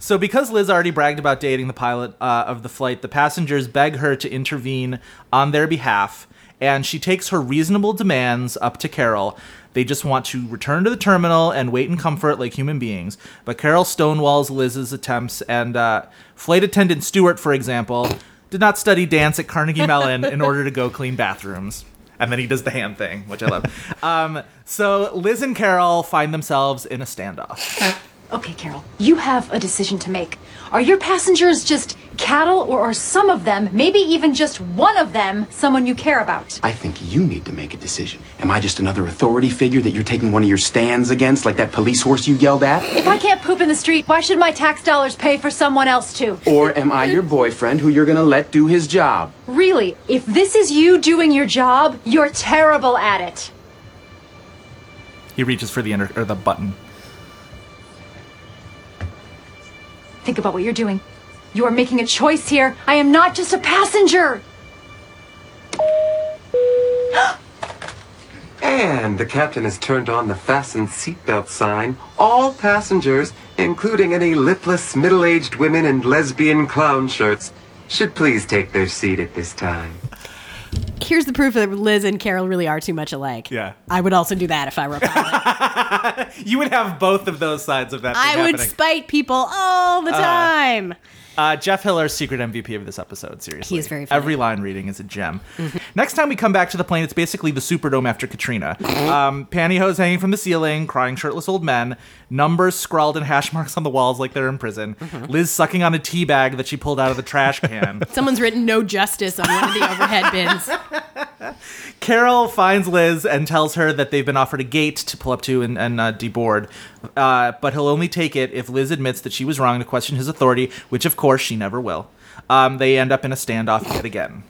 So, because Liz already bragged about dating the pilot uh, of the flight, the passengers beg her to intervene on their behalf, and she takes her reasonable demands up to Carol. They just want to return to the terminal and wait in comfort like human beings. But Carol stonewalls Liz's attempts, and uh, flight attendant Stewart, for example, did not study dance at Carnegie Mellon in order to go clean bathrooms. And then he does the hand thing, which I love. Um, so Liz and Carol find themselves in a standoff.
Okay, Carol, you have a decision to make. Are your passengers just cattle, or are some of them, maybe even just one of them, someone you care about?
I think you need to make a decision. Am I just another authority figure that you're taking one of your stands against, like that police horse you yelled at?
If I can't poop in the street, why should my tax dollars pay for someone else to?
Or am I your boyfriend who you're gonna let do his job?
Really, if this is you doing your job, you're terrible at it.
He reaches for the inter- or the button.
Think about what you're doing. You are making a choice here. I am not just a passenger.
And the captain has turned on the fasten seatbelt sign. All passengers, including any lipless middle aged women in lesbian clown shirts, should please take their seat at this time.
Here's the proof that Liz and Carol really are too much alike.
Yeah.
I would also do that if I were a pilot.
<laughs> You would have both of those sides of that. Thing
I would
happening.
spite people all the
Uh,
time.
Uh, Jeff Hiller's secret MVP of this episode, seriously.
He is very funny.
Every line reading is a gem. Next time we come back to the plane, it's basically the Superdome
<laughs>
after Katrina. Um, pantyhose hanging from the ceiling, crying shirtless old men, numbers scrawled in hash marks on the walls like they're in prison,
Mm-hmm.
Liz sucking on a tea bag that she pulled out of the trash can.
Someone's written no justice on one of the
<laughs>
overhead bins.
Carol finds Liz and tells her that they've been offered a gate to pull up to and, and uh, deboard, uh, but he'll only take it if Liz admits that she was wrong to question his authority, which of course she never will. Um, they end up in a standoff yet again.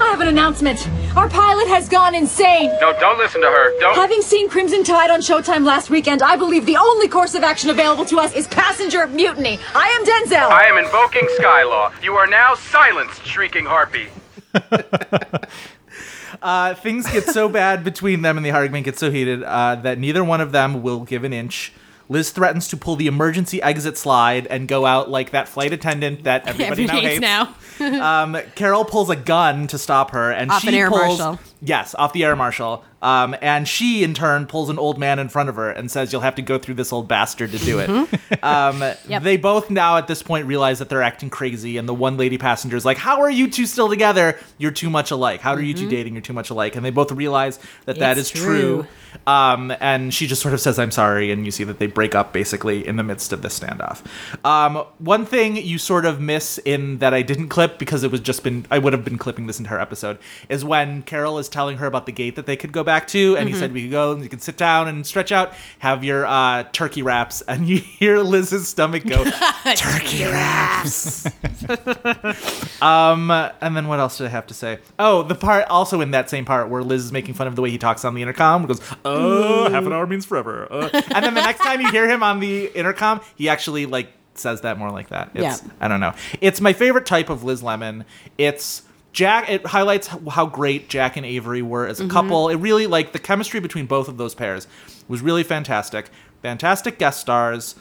I have an announcement. Our pilot has gone insane.
No, don't listen to her.
Having seen Crimson Tide on Showtime last weekend, I believe the only course of action available to us is passenger mutiny. I am Denzel.
I am invoking sky law. You are now silenced, shrieking harpy.
Uh, <laughs> things get so bad between them and the argument gets so heated uh, that neither one of them will give an inch. Liz threatens to pull the emergency exit slide and go out like that flight attendant <laughs> that everybody now hates. um, Carol pulls a gun to stop her, and
Off
she
an air
pulls,
marshal.
Yes, off the air marshal. Um, and she in turn pulls an old man in front of her and says, "You'll have to go through this old bastard to do it."
Mm-hmm.
<laughs> um, They both now at this point realize that they're acting crazy, and the one lady passenger is like, "How are you two still together? You're too much alike. How are you two
Mm-hmm.
Mhm.
dating? You're too much alike." And they both realize that that
It's
is true.
true.
Um, and she just sort of says, "I'm sorry," and you see that they break up basically in the midst of this standoff. Um, one thing you sort of miss in that I didn't clip because it was just been I would have been clipping this entire episode is when Carol is telling her about the gate that they could go back to, and
Mhm.
he said we could go and you could sit down and stretch out, have your uh, turkey wraps, and <laughs> you hear Liz's stomach go. Turkey wraps.
<laughs>
um, and then what else did I have to say? Oh, the part also in that same part where Liz is making fun of the way he talks on the intercom, goes, "Oh,
Ooh.
half an hour means forever," uh. and then the next time you hear him on the intercom, he actually like says that more like that. It's,
Yeah.
I don't know. It's my favorite type of Liz Lemon. It's Jack. It highlights h- how great Jack and Avery were as a
Mhm.
couple. It really like the chemistry between both of those pairs was really fantastic. Fantastic guest stars.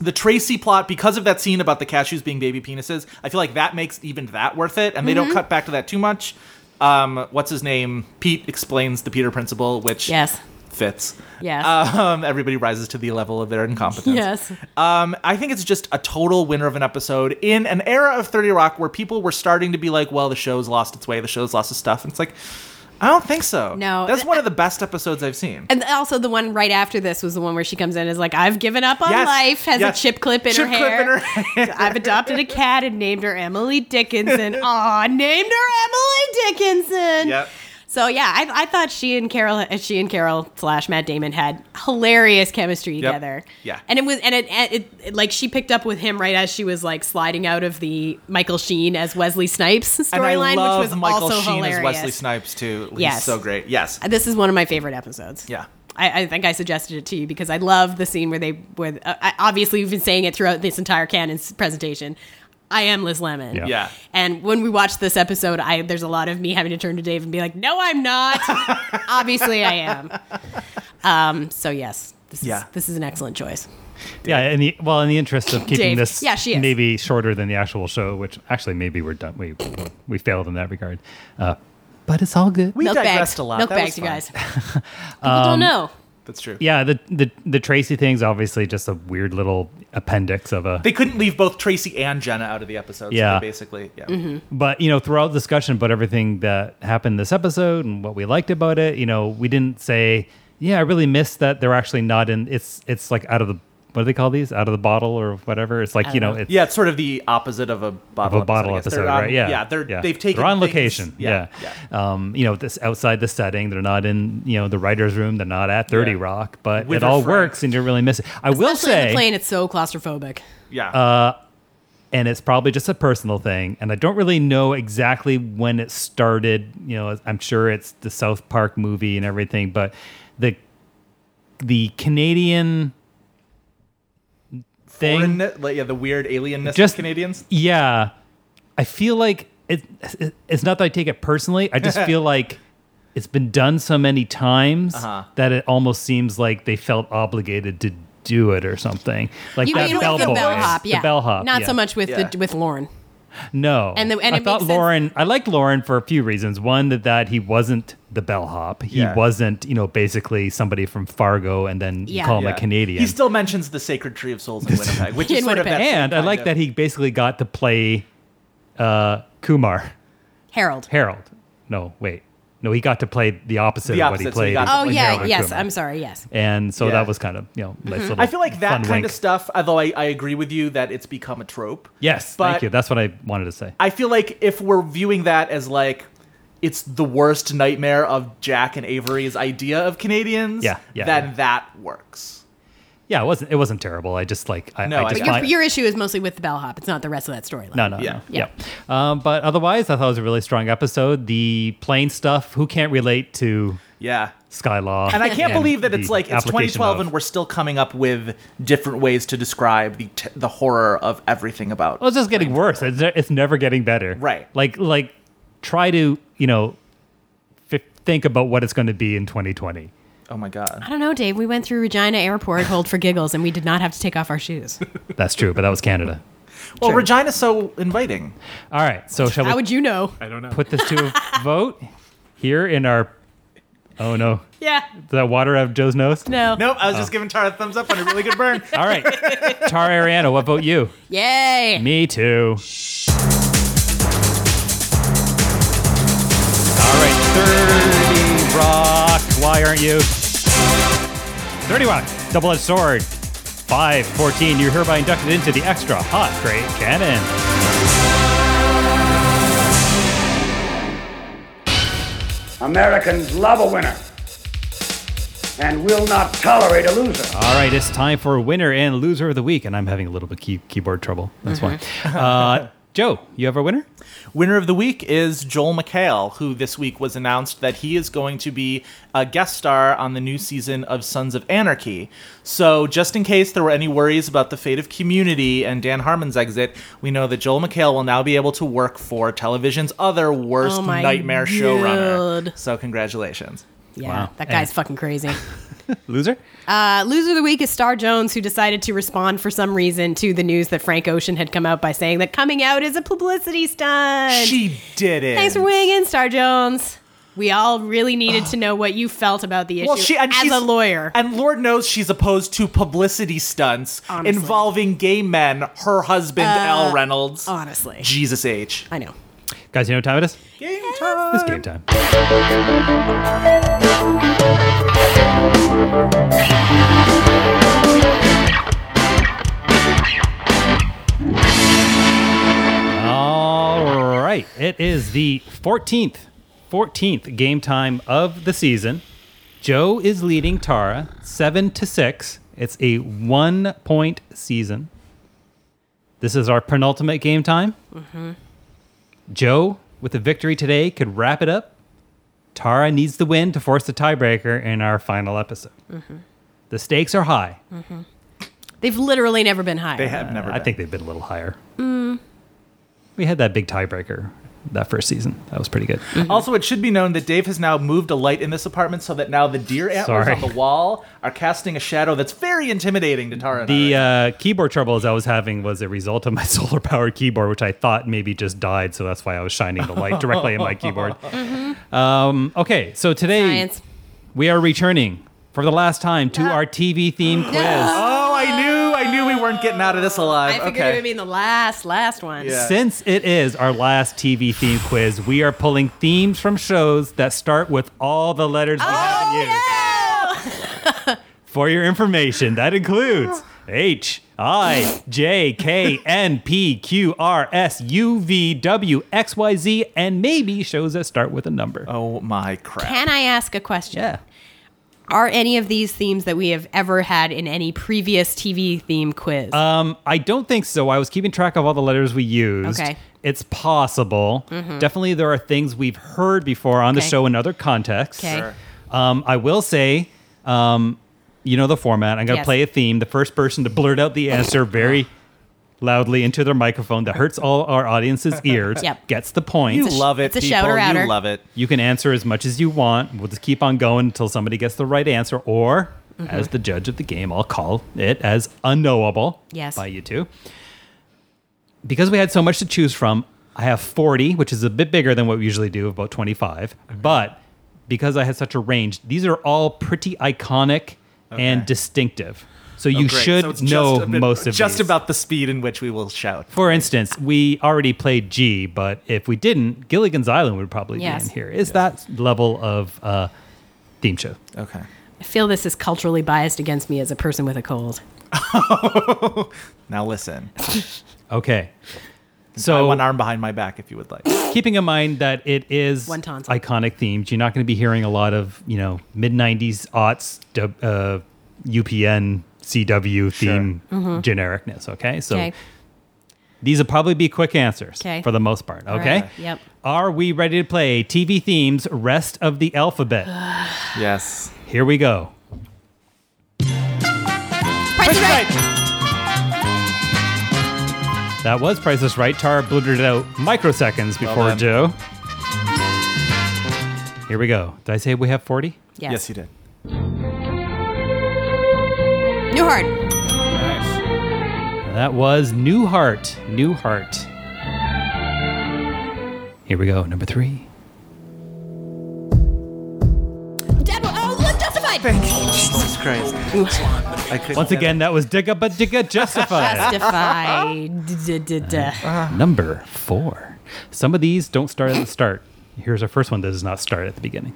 The Tracy plot, because of that scene about the cashews being baby penises, I feel like that makes even that worth it, and they don't
Mm-hmm.
Mhm.
cut back to that too much. Um, what's his name? Pete explains the Peter principle, which
Yes.
fits.
Yes.
Um, everybody rises to the level of their incompetence.
Yes.
Um, I think it's just a total winner of an episode in an era of 30 Rock where people were starting to be like, well, the show's lost its way, the show's lost its stuff. And it's like, I don't think so.
No.
That's one of the best episodes I've seen.
And also the one right after this was the one where she comes in and is like, I've given up on
Yes,
life, has
yes.
a chip clip in
Chip
her
clip
hair.
in her <laughs>
I've adopted a cat and named her Emily
<laughs>
Dickinson. Aw, named her Emily Dickinson.
Yep.
So yeah, I, I thought she and Carol, uh, she and Carol slash Matt Damon had hilarious chemistry
Yep.
together.
Yeah.
and it was and it, and it, it like she picked up with him right as she was like sliding out of the Michael Sheen as Wesley Snipes
And I
storyline,
love
which was
Michael
also
Sheen
hilarious.
as Wesley Snipes too. He's
Yes.
so great. Yes.
This is one of my favorite episodes.
Yeah.
I, I think I suggested it to you because I love the scene where they, where uh, I, obviously we've been saying it throughout this entire Canon's presentation. I am Liz Lemon.
Yeah. Yeah.
And when we watched this episode, I there's a lot of me having to turn to Dave and be like, "No, I'm not. obviously, I am." Um. So yes, this
Yeah.
is this is an excellent choice.
Yeah, in the well, in the interest of keeping
Dave.
this
Yeah, she is.
maybe shorter than the actual show, which actually maybe we're done. We we failed in that regard. Uh, but it's all good.
We
Milk
digressed
bags.
a lot.
Milk
That
bags,
was
you
fun.
guys. People don't know.
That's true.
Yeah, the, the the Tracy thing's obviously just a weird little appendix of a
They couldn't leave both Tracy and Jenna out of the episode. so
Yeah.
they basically. Yeah.
Mm-hmm.
But you know, throughout discussion about everything that happened this episode and what we liked about it, you know, we didn't say, "Yeah, I really miss that they're actually not in." It's it's like out of the what do they call these? Out of the bottle or whatever. It's like you know, it's
yeah, it's sort of the opposite of a
of
bottle
a bottle
I guess.
episode,
They're on-
right? Yeah,
yeah, they're they've taken
they're on
things-
location.
yeah,
Yeah, Um, you know, this outside the setting. They're not in you know the writers' room. They're not at Thirty
Yeah.
Rock, but
With
it
her
all
friends.
works, and you really miss it. I will
Especially on
say,
the plane, it's so claustrophobic.
Yeah.
Uh, and it's probably just a personal thing. And I don't really know exactly when it started. You know, I'm sure it's the South Park movie and everything, but the the Canadian thing
Foreign- like, yeah, the weird alienness of Canadians.
yeah, I feel like it, it- It's not that I take it personally. I just feel like it's been done so many times
Uh-huh.
that it almost seems like they felt obligated to do it or something. Like
you
that
mean with
bellboy,
the bellhop,
the
yeah,
bellhop,
Not
yeah.
so much with the with Lauren.
No.
And the- and
I
it
thought
makes sense-
Lauren, I liked Lauren for a few reasons. One, that, that he wasn't the bellhop. He
Yeah.
wasn't, you know, basically somebody from Fargo and then you
Yeah.
call him
Yeah.
a Canadian.
He still mentions the sacred tree of souls in
<laughs>
Winnipeg, which is
In
sort of that.
Winnipeg.
same
and I
kind
like
of-
that he basically got to play uh, Kumar.
Harold.
Harold. No, wait. No, he got to play the opposite
The
of what he
opposite, so
played.
he got to
Oh
in Harold
yeah,
and
yes.
Kumar.
I'm Mm-hmm. sorry. Yes.
And so
Yeah.
that was kind of, you know, nice little
I feel like that
fun
kind
wink.
of stuff. Although I, I agree with you that it's become a trope.
Yes,
but-
thank you. That's what I wanted to say.
I feel like if we're viewing that as like it's the worst nightmare of Jack and Avery's idea of Canadians,
Yeah, yeah,
then
yeah.
that works.
Yeah, it wasn't it wasn't terrible. I just like I,
No,
I
I
just
But your,
find-
your issue is mostly with the bellhop. It's not the rest of that storyline.
No, no, no. Yeah. Um, but otherwise, I thought it was a really strong episode. The plane stuff, who can't relate to
Yeah.
Skylaw?
and I can't believe that
the
it's like it's
application
2012
of-
and we're still coming up with different ways to describe the t- the horror of everything about.
well, it's just getting worse. It's, ne- it's never getting better. Right. Like, like, try to, you know, f- think about what it's going to be in 2020.
Oh my god.
I don't know, Dave. We went through Regina Airport hold for giggles, and we did not have to take off our shoes.
That's true, but that was Canada.
Well, Regina's so inviting.
All right, so shall we
<laughs> How would you know?
I don't know.
put this to a vote here in our? Oh no,
Yeah.
the water out of Joe's nose.
No.
Nope.
Oh.
I was just giving Tara a thumbs up on a really
<laughs>
good burn.
All right, Tara Ariana, what vote you?
Yay.
Me too. All right, 30 Rock. Why aren't you? 30 Rock, double edged sword. 514. You're hereby inducted into the extra hot great cannon.
Americans love a winner and will not tolerate a loser.
All right, it's time for winner and loser of the week, and I'm having a little bit of key- keyboard trouble. That's why. Uh, Joe, you have our winner?
Winner of the week is Joel McHale, who this week was announced that he is going to be a guest star on the new season of Sons of Anarchy. So, just in case there were any worries about the fate of Community and Dan Harmon's exit, we know that Joel McHale will now be able to work for television's other worst
Oh my
nightmare
God.
showrunner. So, congratulations.
Yeah, that guy's fucking crazy.
Loser?
Uh, loser of the week is Star Jones, who decided to respond for some reason to the news that Frank Ocean had come out by saying that coming out is a publicity stunt.
She did it.
Thanks for weighing in, Star Jones. We all really needed to know what you felt about the issue as a lawyer.
And Lord knows she's opposed to publicity stunts
Honestly.
involving gay men, her husband,
Uh,
Al Reynolds.
honestly.
Jesus H.
I know.
Guys, you know what time it is?
Game time.
It's game time. All right. It is the 14th, 14th game time of the season. Joe is leading Tara 7 to 6. It's a 1 point season. This is our penultimate game time.
Mm-hmm.
Joe, with a victory today, could wrap it up. Tara needs the win to force the tiebreaker in our final episode.
Mm-hmm.
The stakes are high.
Mm-hmm. They've literally never been higher.
Uh, I think they've been a little higher.
Mm.
We had that big tiebreaker that first season. That was pretty good.
<laughs>
Mm-hmm.
Also, it should be known that Dave has now moved a light in this apartment so that now the deer antlers
Sorry.
on the wall are casting a shadow that's very intimidating to Tara. and I.
The uh, keyboard troubles I was having was a result of my <laughs> solar powered keyboard, which I thought maybe just died. So that's why I was shining the light directly in my
<laughs>
keyboard.
Mm-hmm.
Um, okay, so today we are returning for the last time to our TV
<gasps>
theme quiz.
Oh, I knew, I knew we weren't getting out of this alive.
I figured
okay.
it would be the last, last one.
Since it is our last TV theme quiz, we are pulling themes from shows that start with all the letters we haven't used. For your information, that includes H, I, J, K, N, P, Q, R, S, U, V, W, X, Y, Z, and maybe shows that start with a number.
Oh my crap.
Can I ask a question?
Yeah.
Are any of these themes that we have ever had in any previous TV theme quiz?
Um, I don't think so. I was keeping track of all the letters we used.
Okay.
It's possible.
Mhm.
Definitely, there are things we've heard before on the
Okay.
show in other contexts.
Okay. Sure.
Um, I will say, um, you know the format. I'm going to
Yes.
play a theme. The first person to blurt out the answer very loudly into their microphone that hurts all our audience's
<laughs>
ears
Yep.
gets the point.
You It's a sh- love it, it's a people. shouter You outer. love
it.
You can answer as much as you want. We'll just keep on going until somebody gets the right answer, or
Mhm.
Mm-hmm.
as the judge of the game, I'll call it as unknowable
Yes.
by you two. Because we had so much to choose from, I have 40, which is a bit bigger than what we usually do, about 25. But because I had such a range, these are all pretty iconic and distinctive. So
Oh,
you
great.
should
So it's just
know
a bit-
most of
Just
these.
about the speed in which we will shout.
For instance, we already played G, but if we didn't, Gilligan's Island would probably
Yes.
be in here. Is that level of uh, theme show?
Okay.
I feel this is culturally biased against me as a person with a cold.
Now listen.
Okay. So
one arm behind my back, if
<laughs>
you would like.
Keeping in mind that it is
One tonsil.
iconic themed, you're not going to be hearing a lot of you know mid '90s aughts dub- uh, UPN CW theme
Mhm.
genericness. Okay, so
Okay.
these will probably be quick answers
'Kay.
for the most part.
All
Okay.
right. Yep.
Are we ready to play TV themes rest of the alphabet?
yes.
Here we go.
Price is right.
That was Price is Right. Tara blurted out microseconds
Well
before
done.
Joe. Here we go. Did I say we have 40?
Yes. Yes, you did.
Newhart.
That was Newhart. Newhart. Here we go, number three.
Dead. Oh, look, justified.
Jesus Christ. I couldn't
Once
get
again, that was Digga But Digga
<laughs>
Justified.
Justified. <laughs> Duh, duh, duh.
Uh-huh. Number four. Some of these don't start at the start. Here's our first one that does not start at the beginning.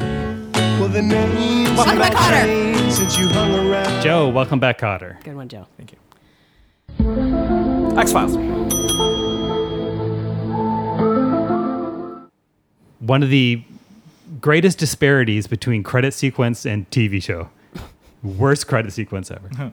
Well, the names
Welcome
have
back,
all
Otter.
changed Since you hung around.
Joe, welcome back, Cotter.
Good one, Joe. Thank you.
it. X Files.
One of the greatest disparities between credit sequence and TV show. Worst credit sequence ever.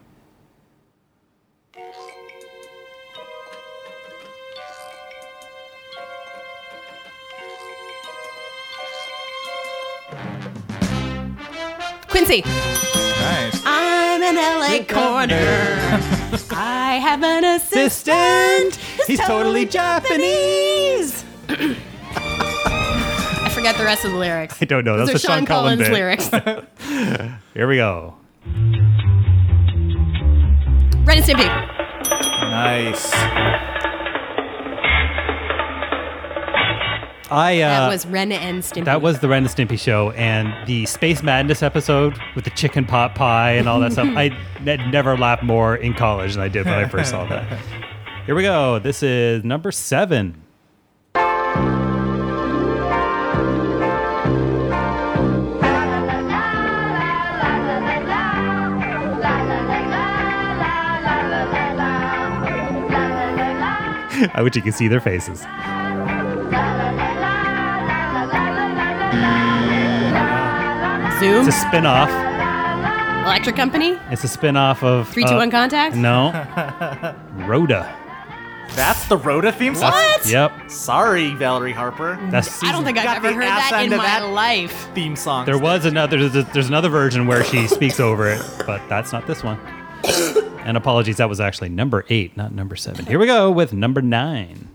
Quincy.
Nice.
I'm an LA
<laughs>
corner. I have an assistant.
He's totally
Japanese. <clears throat> I forgot the rest of the lyrics.
I don't know.
Those
That's
are
a Sean
Sean Collins
Cullen bit. <laughs>
lyrics.
Here we go.
Ren and Stimpy.
Nice.
I uh,
that was Ren and Stimpy.
That was the Ren and Stimpy show, and the Space Madness episode with the chicken pot pie and all that <laughs> stuff. I had never laughed more in college than I did when I first saw that. Here we go. This is number seven. I wish you could see their faces.
Zoom.
It's a spin off.
Electric Company.
It's a spin off of uh,
Three, two, one, contact? <laughs>
No. Rhoda.
That's the Rhoda theme song?
What?
Yep.
Sorry, Valerie Harper.
That's-
I don't think I've
Got
ever
the
heard
ass
that in
end
my
of that
life.
Theme song.
There was another. There's, there's another version where
<laughs>
she speaks over it, but that's not this one. And apologies, that was actually number eight, not number seven. Here we go with number nine.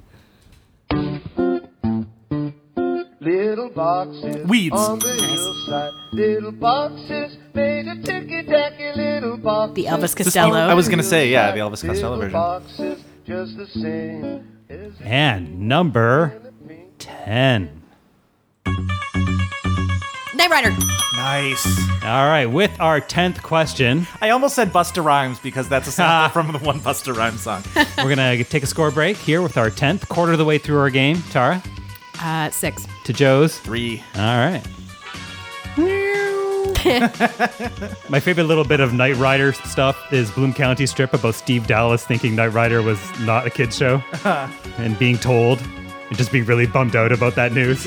Little boxes
Weeds.
on the hillside. Little boxes made a ticky tacky little box.
The Elvis
Is this-
Costello.
I was going to say, yeah, the Elvis Costello version.
Boxes just the same.
And number 10.
Knight Rider.
Nice.
All right, with our 10th question,
I almost said Busta Rhymes because that's
<laughs>
a sample from the one Busta Rhymes song.
we're going to <laughs> take a score break here with our 10th, quarter of the way through our game. Tara,
Uh, six.
to Joe's.
Three.
All right. My favorite little bit of Knight Rider stuff is Bloom County strip about Steve Dallas thinking Knight Rider was not a kid's <laughs> show and being told and just being really bummed out about that <laughs> news.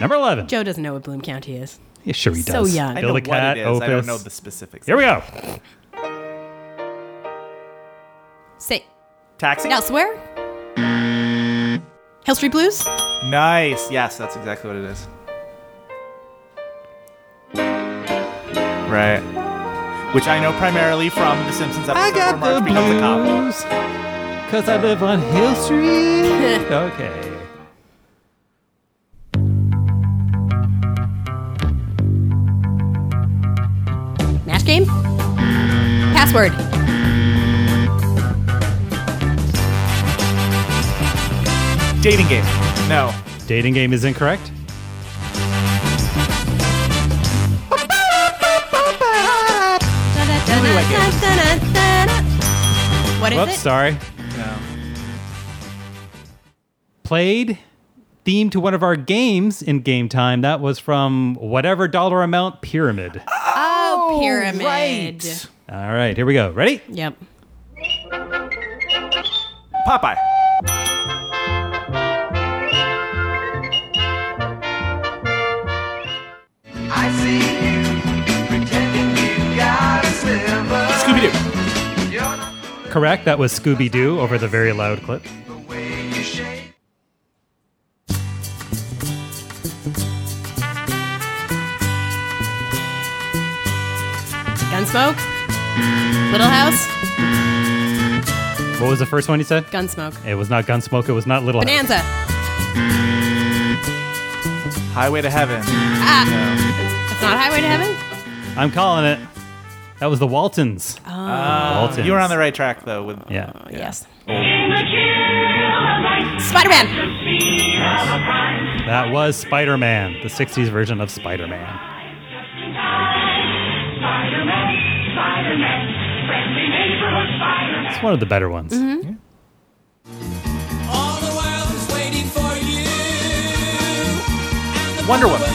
Number 11.
<laughs> Joe doesn't know what Bloom County is.
Yeah, sure he
So
does.
young. I
Bill
know
the
what
Cat,
it is. I don't
Opus.
know the specifics.
Here we go.
Say.
Taxi?
Elsewhere. Hill Street Blues.
Nice. Yes, that's exactly what it is. Right. Which I know primarily from the Simpsons episode
I got
where
the
Marge becomes a cop.
blues because I live on Hill
<laughs>
Street. okay.
Match game. Password.
Dating game. No.
Dating game is incorrect.
What is
Whoops,
it?
sorry.
No.
Played theme to one of our games in game time. That was from whatever dollar amount pyramid.
Oh, pyramid.
All right, here we go. Ready?
Yep.
Popeye.
I see you pretending you got a sliver.
Scooby Doo.
Correct. That was Scooby Doo over the very loud clip.
Gunsmoke. Little House.
What was the first one you said?
Gunsmoke.
It was not Gunsmoke. It was not Little House.
Bonanza.
Highway to Heaven.
Ah. It's not Highway to Heaven.
I'm calling it. That was the Waltons. Oh. Waltons.
Ah, You were on the right track though. With
yeah.
Yes.
Spider Man.
That was Spider Man, the 60s version of Spider Man. It's one of the better ones.
Mm-hmm.
Wonder Woman.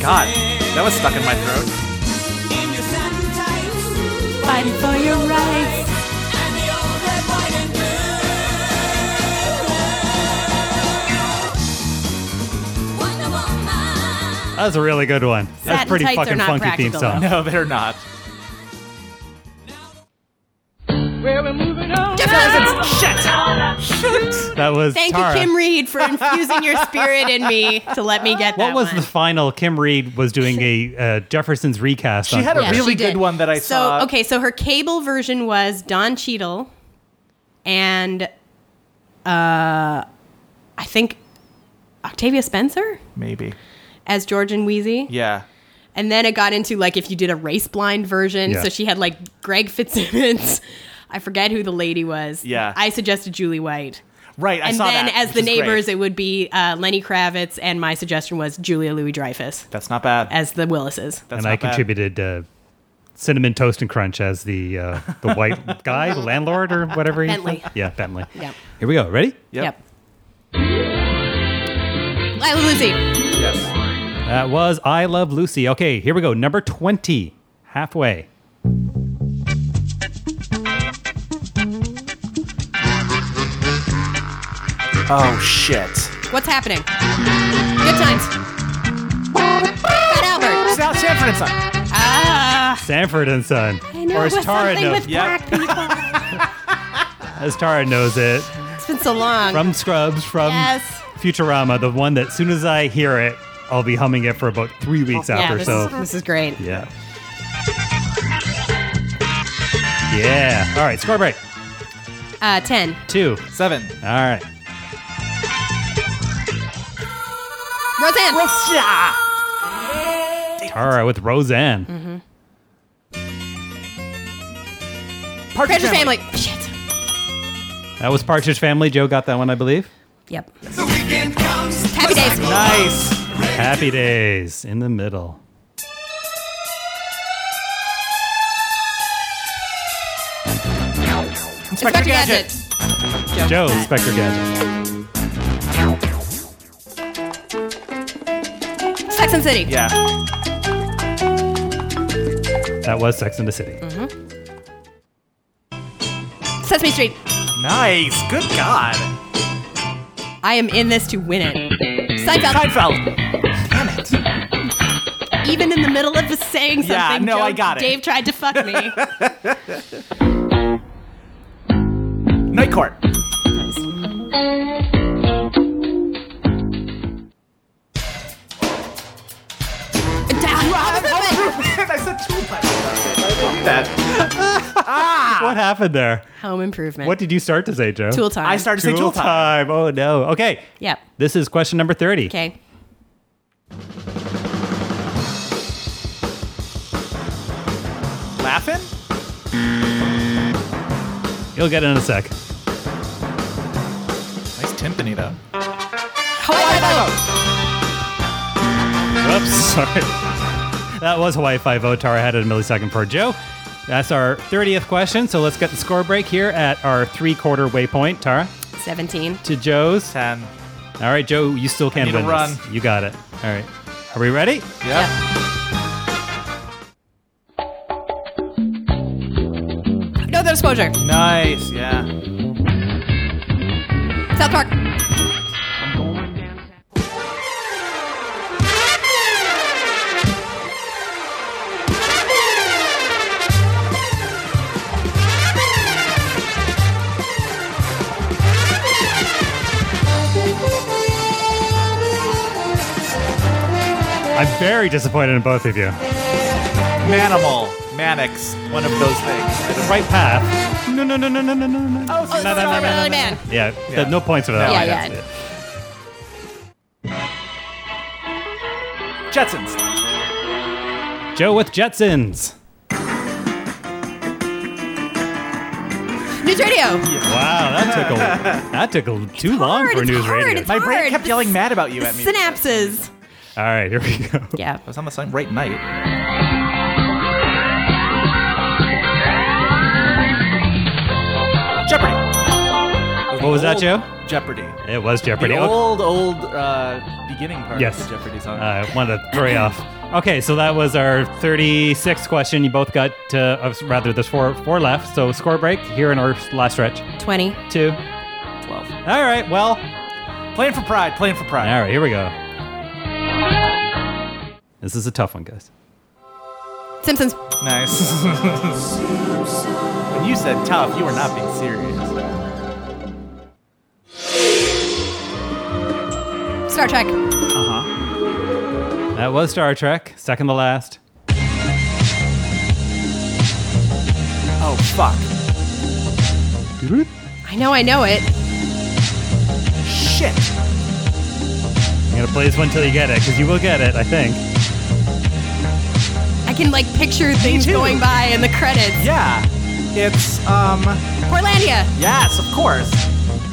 God, that was stuck in my throat. <laughs>
Fighting for your rights.
That was a really good one. That's
Satin
pretty
tights are
fucking
not
funky
practical,
theme song.
though. No, they're not.
Where we're moving on.
That was
Thank
Tara.
you, Kim Reed, for infusing your spirit in me to let me get
What
that
was the final? Kim Reed was doing a uh, Jefferson's recast.
She
on
had a
Twitter.
really good one that I
so
saw.
okay, so her cable version was Don Cheadle, and uh, I think Octavia Spencer
Maybe.
as George and Wheezy.
Yeah.
And then it got into like if you did a race blind version.
Yeah.
So she had like Greg Fitzsimmons. <laughs> I forget who the lady was.
Yeah.
I suggested Julie White.
Right. I
and
saw
then
that,
as
which
the
is great.
neighbors, it would be uh, Lenny Kravitz, and my suggestion was Julia Louis Dreyfus
That's not bad.
as the Willises.
and I contributed uh, cinnamon toast and crunch as the uh, the
<laughs>
white guy, the landlord or whatever. he-
Bentley.
Yeah, Bentley.
Yep.
Here we go. Ready?
Yep. I Love Lucy.
Yes.
That was I Love Lucy. Okay, here we go. Number twenty, halfway.
Oh shit.
What's happening? Good times. Fat Albert.
South Sanford and Son.
Ah.
Sanford and Son.
I know
or
it
as
was
Tara
something
knows,
with black people.
as Tara knows it,
It's been so long.
from Scrubs, from
Yes.
Futurama, the one that soon as I hear it, I'll be humming it for about three weeks
yeah,
after.
this,
so
is, this is great.
Yeah. Yeah. All right. Score break.
Uh, ten.
Two.
Seven.
All right.
Roseanne.
Tara with Roseanne.
Mm-hmm.
Partridge
Treasure
Family.
Family. Shit.
That was Partridge Family. Joe got that one, I believe.
Yep. Happy days.
Nice.
Happy Days in the middle.
Inspector, Gadget.
Joe, Inspector Oh, Gadget.
Sex and City.
Yeah.
That was Sex in the City.
Sesame Street.
Nice. Good God.
I am in this to win it. Seinfeld. Even in the middle of us saying something,
Yeah, no,
Joe-
I got it.
Dave tried to fuck
<laughs>
me.
Night Court. <laughs> I said two
What happened there?
Home Improvement.
What did you start to say, Joe?
Tool time. I started to say tool
time. Oh, no. Okay.
Yep.
This is question number 30.
Okay.
Laughing?
You'll get it in a sec.
Nice timpani though. Oh,
Oops, sorry. That was Hawaii 5 0. Tara had it a millisecond for Joe. That's our 30th question. So let's get the score break here at our three quarter waypoint. Tara?
17.
To Joe's?
10.
All right, Joe, you still can't
need to
win. this. You got it. All right. Are we ready?
Yeah.
No other exposure.
Nice. Yeah.
South Park.
I'm very disappointed in both of you.
Manimal. Manix. One of those things.
The right path. No, no, no, no, no, no, no, no.
Oh,
Oh,
no, no, no, no, no.
man.
Yeah, th- no points for that.
Yeah,
one.
yeah.
That's
Jetsons.
it. Joe with Jetsons.
News radio.
Wow, that took
<laughs>
a, that took a, too long
hard,
for
it's
news
hard,
radio.
it's My brain hard. kept The yelling s-
mad about you at me.
Synapses.
All right, here we go. <laughs>
Yeah,
I was on the same right night. Jeopardy.
What was that, Joe?
Jeopardy.
It was Jeopardy.
The
Okay.
old, old uh, beginning part
Yes. Uh,
of the Jeopardy song.
I wanted to throw you off. Okay, so that was our 36th question. You both got, uh, uh, rather, there's four, four left. So score break here in our last stretch.
20.
Two.
12.
All right, well.
Playing for pride, playing for pride.
All right, here we go. This is a tough one, guys.
Simpsons.
Nice. <laughs> when you said tough, you were not being serious.
Star Trek.
Uh huh.
That was Star Trek, second to last.
Oh, fuck.
I know, I know it.
Shit.
I'm going to play this one until you get it, because you will get it, I think.
I can like picture things going by in the credits.
Yeah. It's um
Portlandia.
Yes, of course.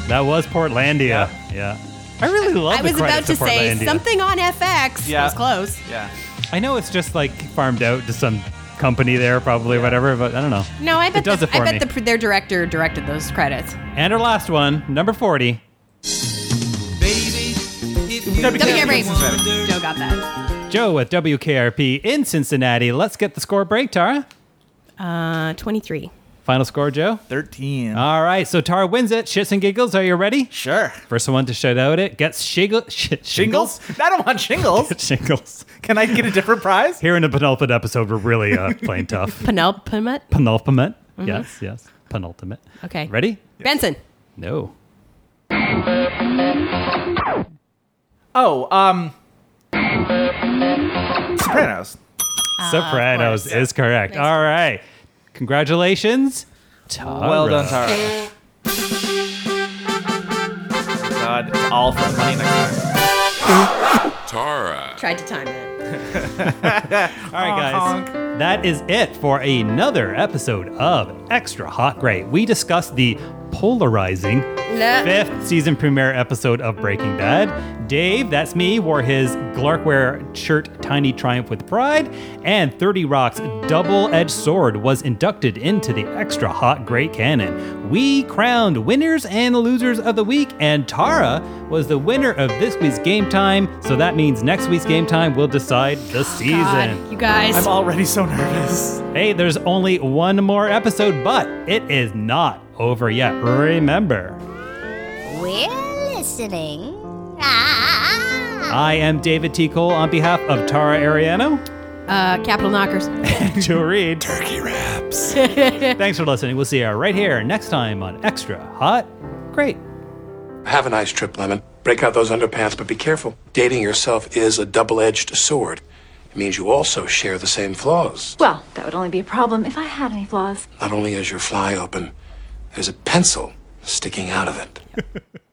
That was Portlandia. Yeah. I really <laughs> love
I
the
was about
credits
to
of
say
Portlandia.
something on FX.
Yeah.
It was close.
Yeah.
I know it's just like farmed out to some company there, probably, whatever, but I don't know.
No, I bet
It does
the,
it for
I bet
me.
the, their director directed those credits.
And our last one, number 40.
WKRP. Joe got that.
Joe with WKRP in Cincinnati. Let's get the score break, Tara.
Uh, 23.
Final score, Joe?
13.
All right, so Tara wins it. Shits and giggles, are you ready?
Sure.
First one to shout out it gets shiggle, sh-
Shingles?
shingles.
I don't want shingles.
<laughs> shingles.
<laughs> Can I get a different prize?
Here in the penultimate episode, we're really
<laughs>
uh, playing tough.
Penultimate.
Penultimate?
Mm-hmm.
Mhm.
Yes, yes. Penultimate.
Okay.
Ready?
Benson.
No.
Oh, um Sopranos. Ah,
Sopranos is correct. All right. Congratulations, Tara.
Well done, Tara. God, it's all for the money next time.
Tara.
Tried to time it.
All right, guys. That is it for another episode of Extra Hot Great. We discussed the polarizing
Nah.
fifth season premiere episode of Breaking Bad. Dave, that's me, wore his Glarkware shirt Tiny Triumph with Pride, and 30 Rock's double edged sword was inducted into the Extra Hot Great Canon. We crowned winners and losers of the week, and Tara was the winner of this week's game time, so that means next week's game time will decide the season.
you guys.
I'm already so nervous.
Hey, there's only one more episode, but it is not over yet. Remember,
We're listening. Ah.
I am David T. Cole on behalf of Tara Ariano
Uh, Capital Knockers.
and Joe Reed. Turkey wraps. Thanks for listening. We'll see you right here next time on Extra Hot. Great.
Have a nice trip, Lemon. Break out those underpants, but be careful. Dating yourself is a double edged sword. It means you also share the same flaws.
Well, that would only be a problem if I had any flaws.
Not only is your fly open, there's a pencil sticking out of it.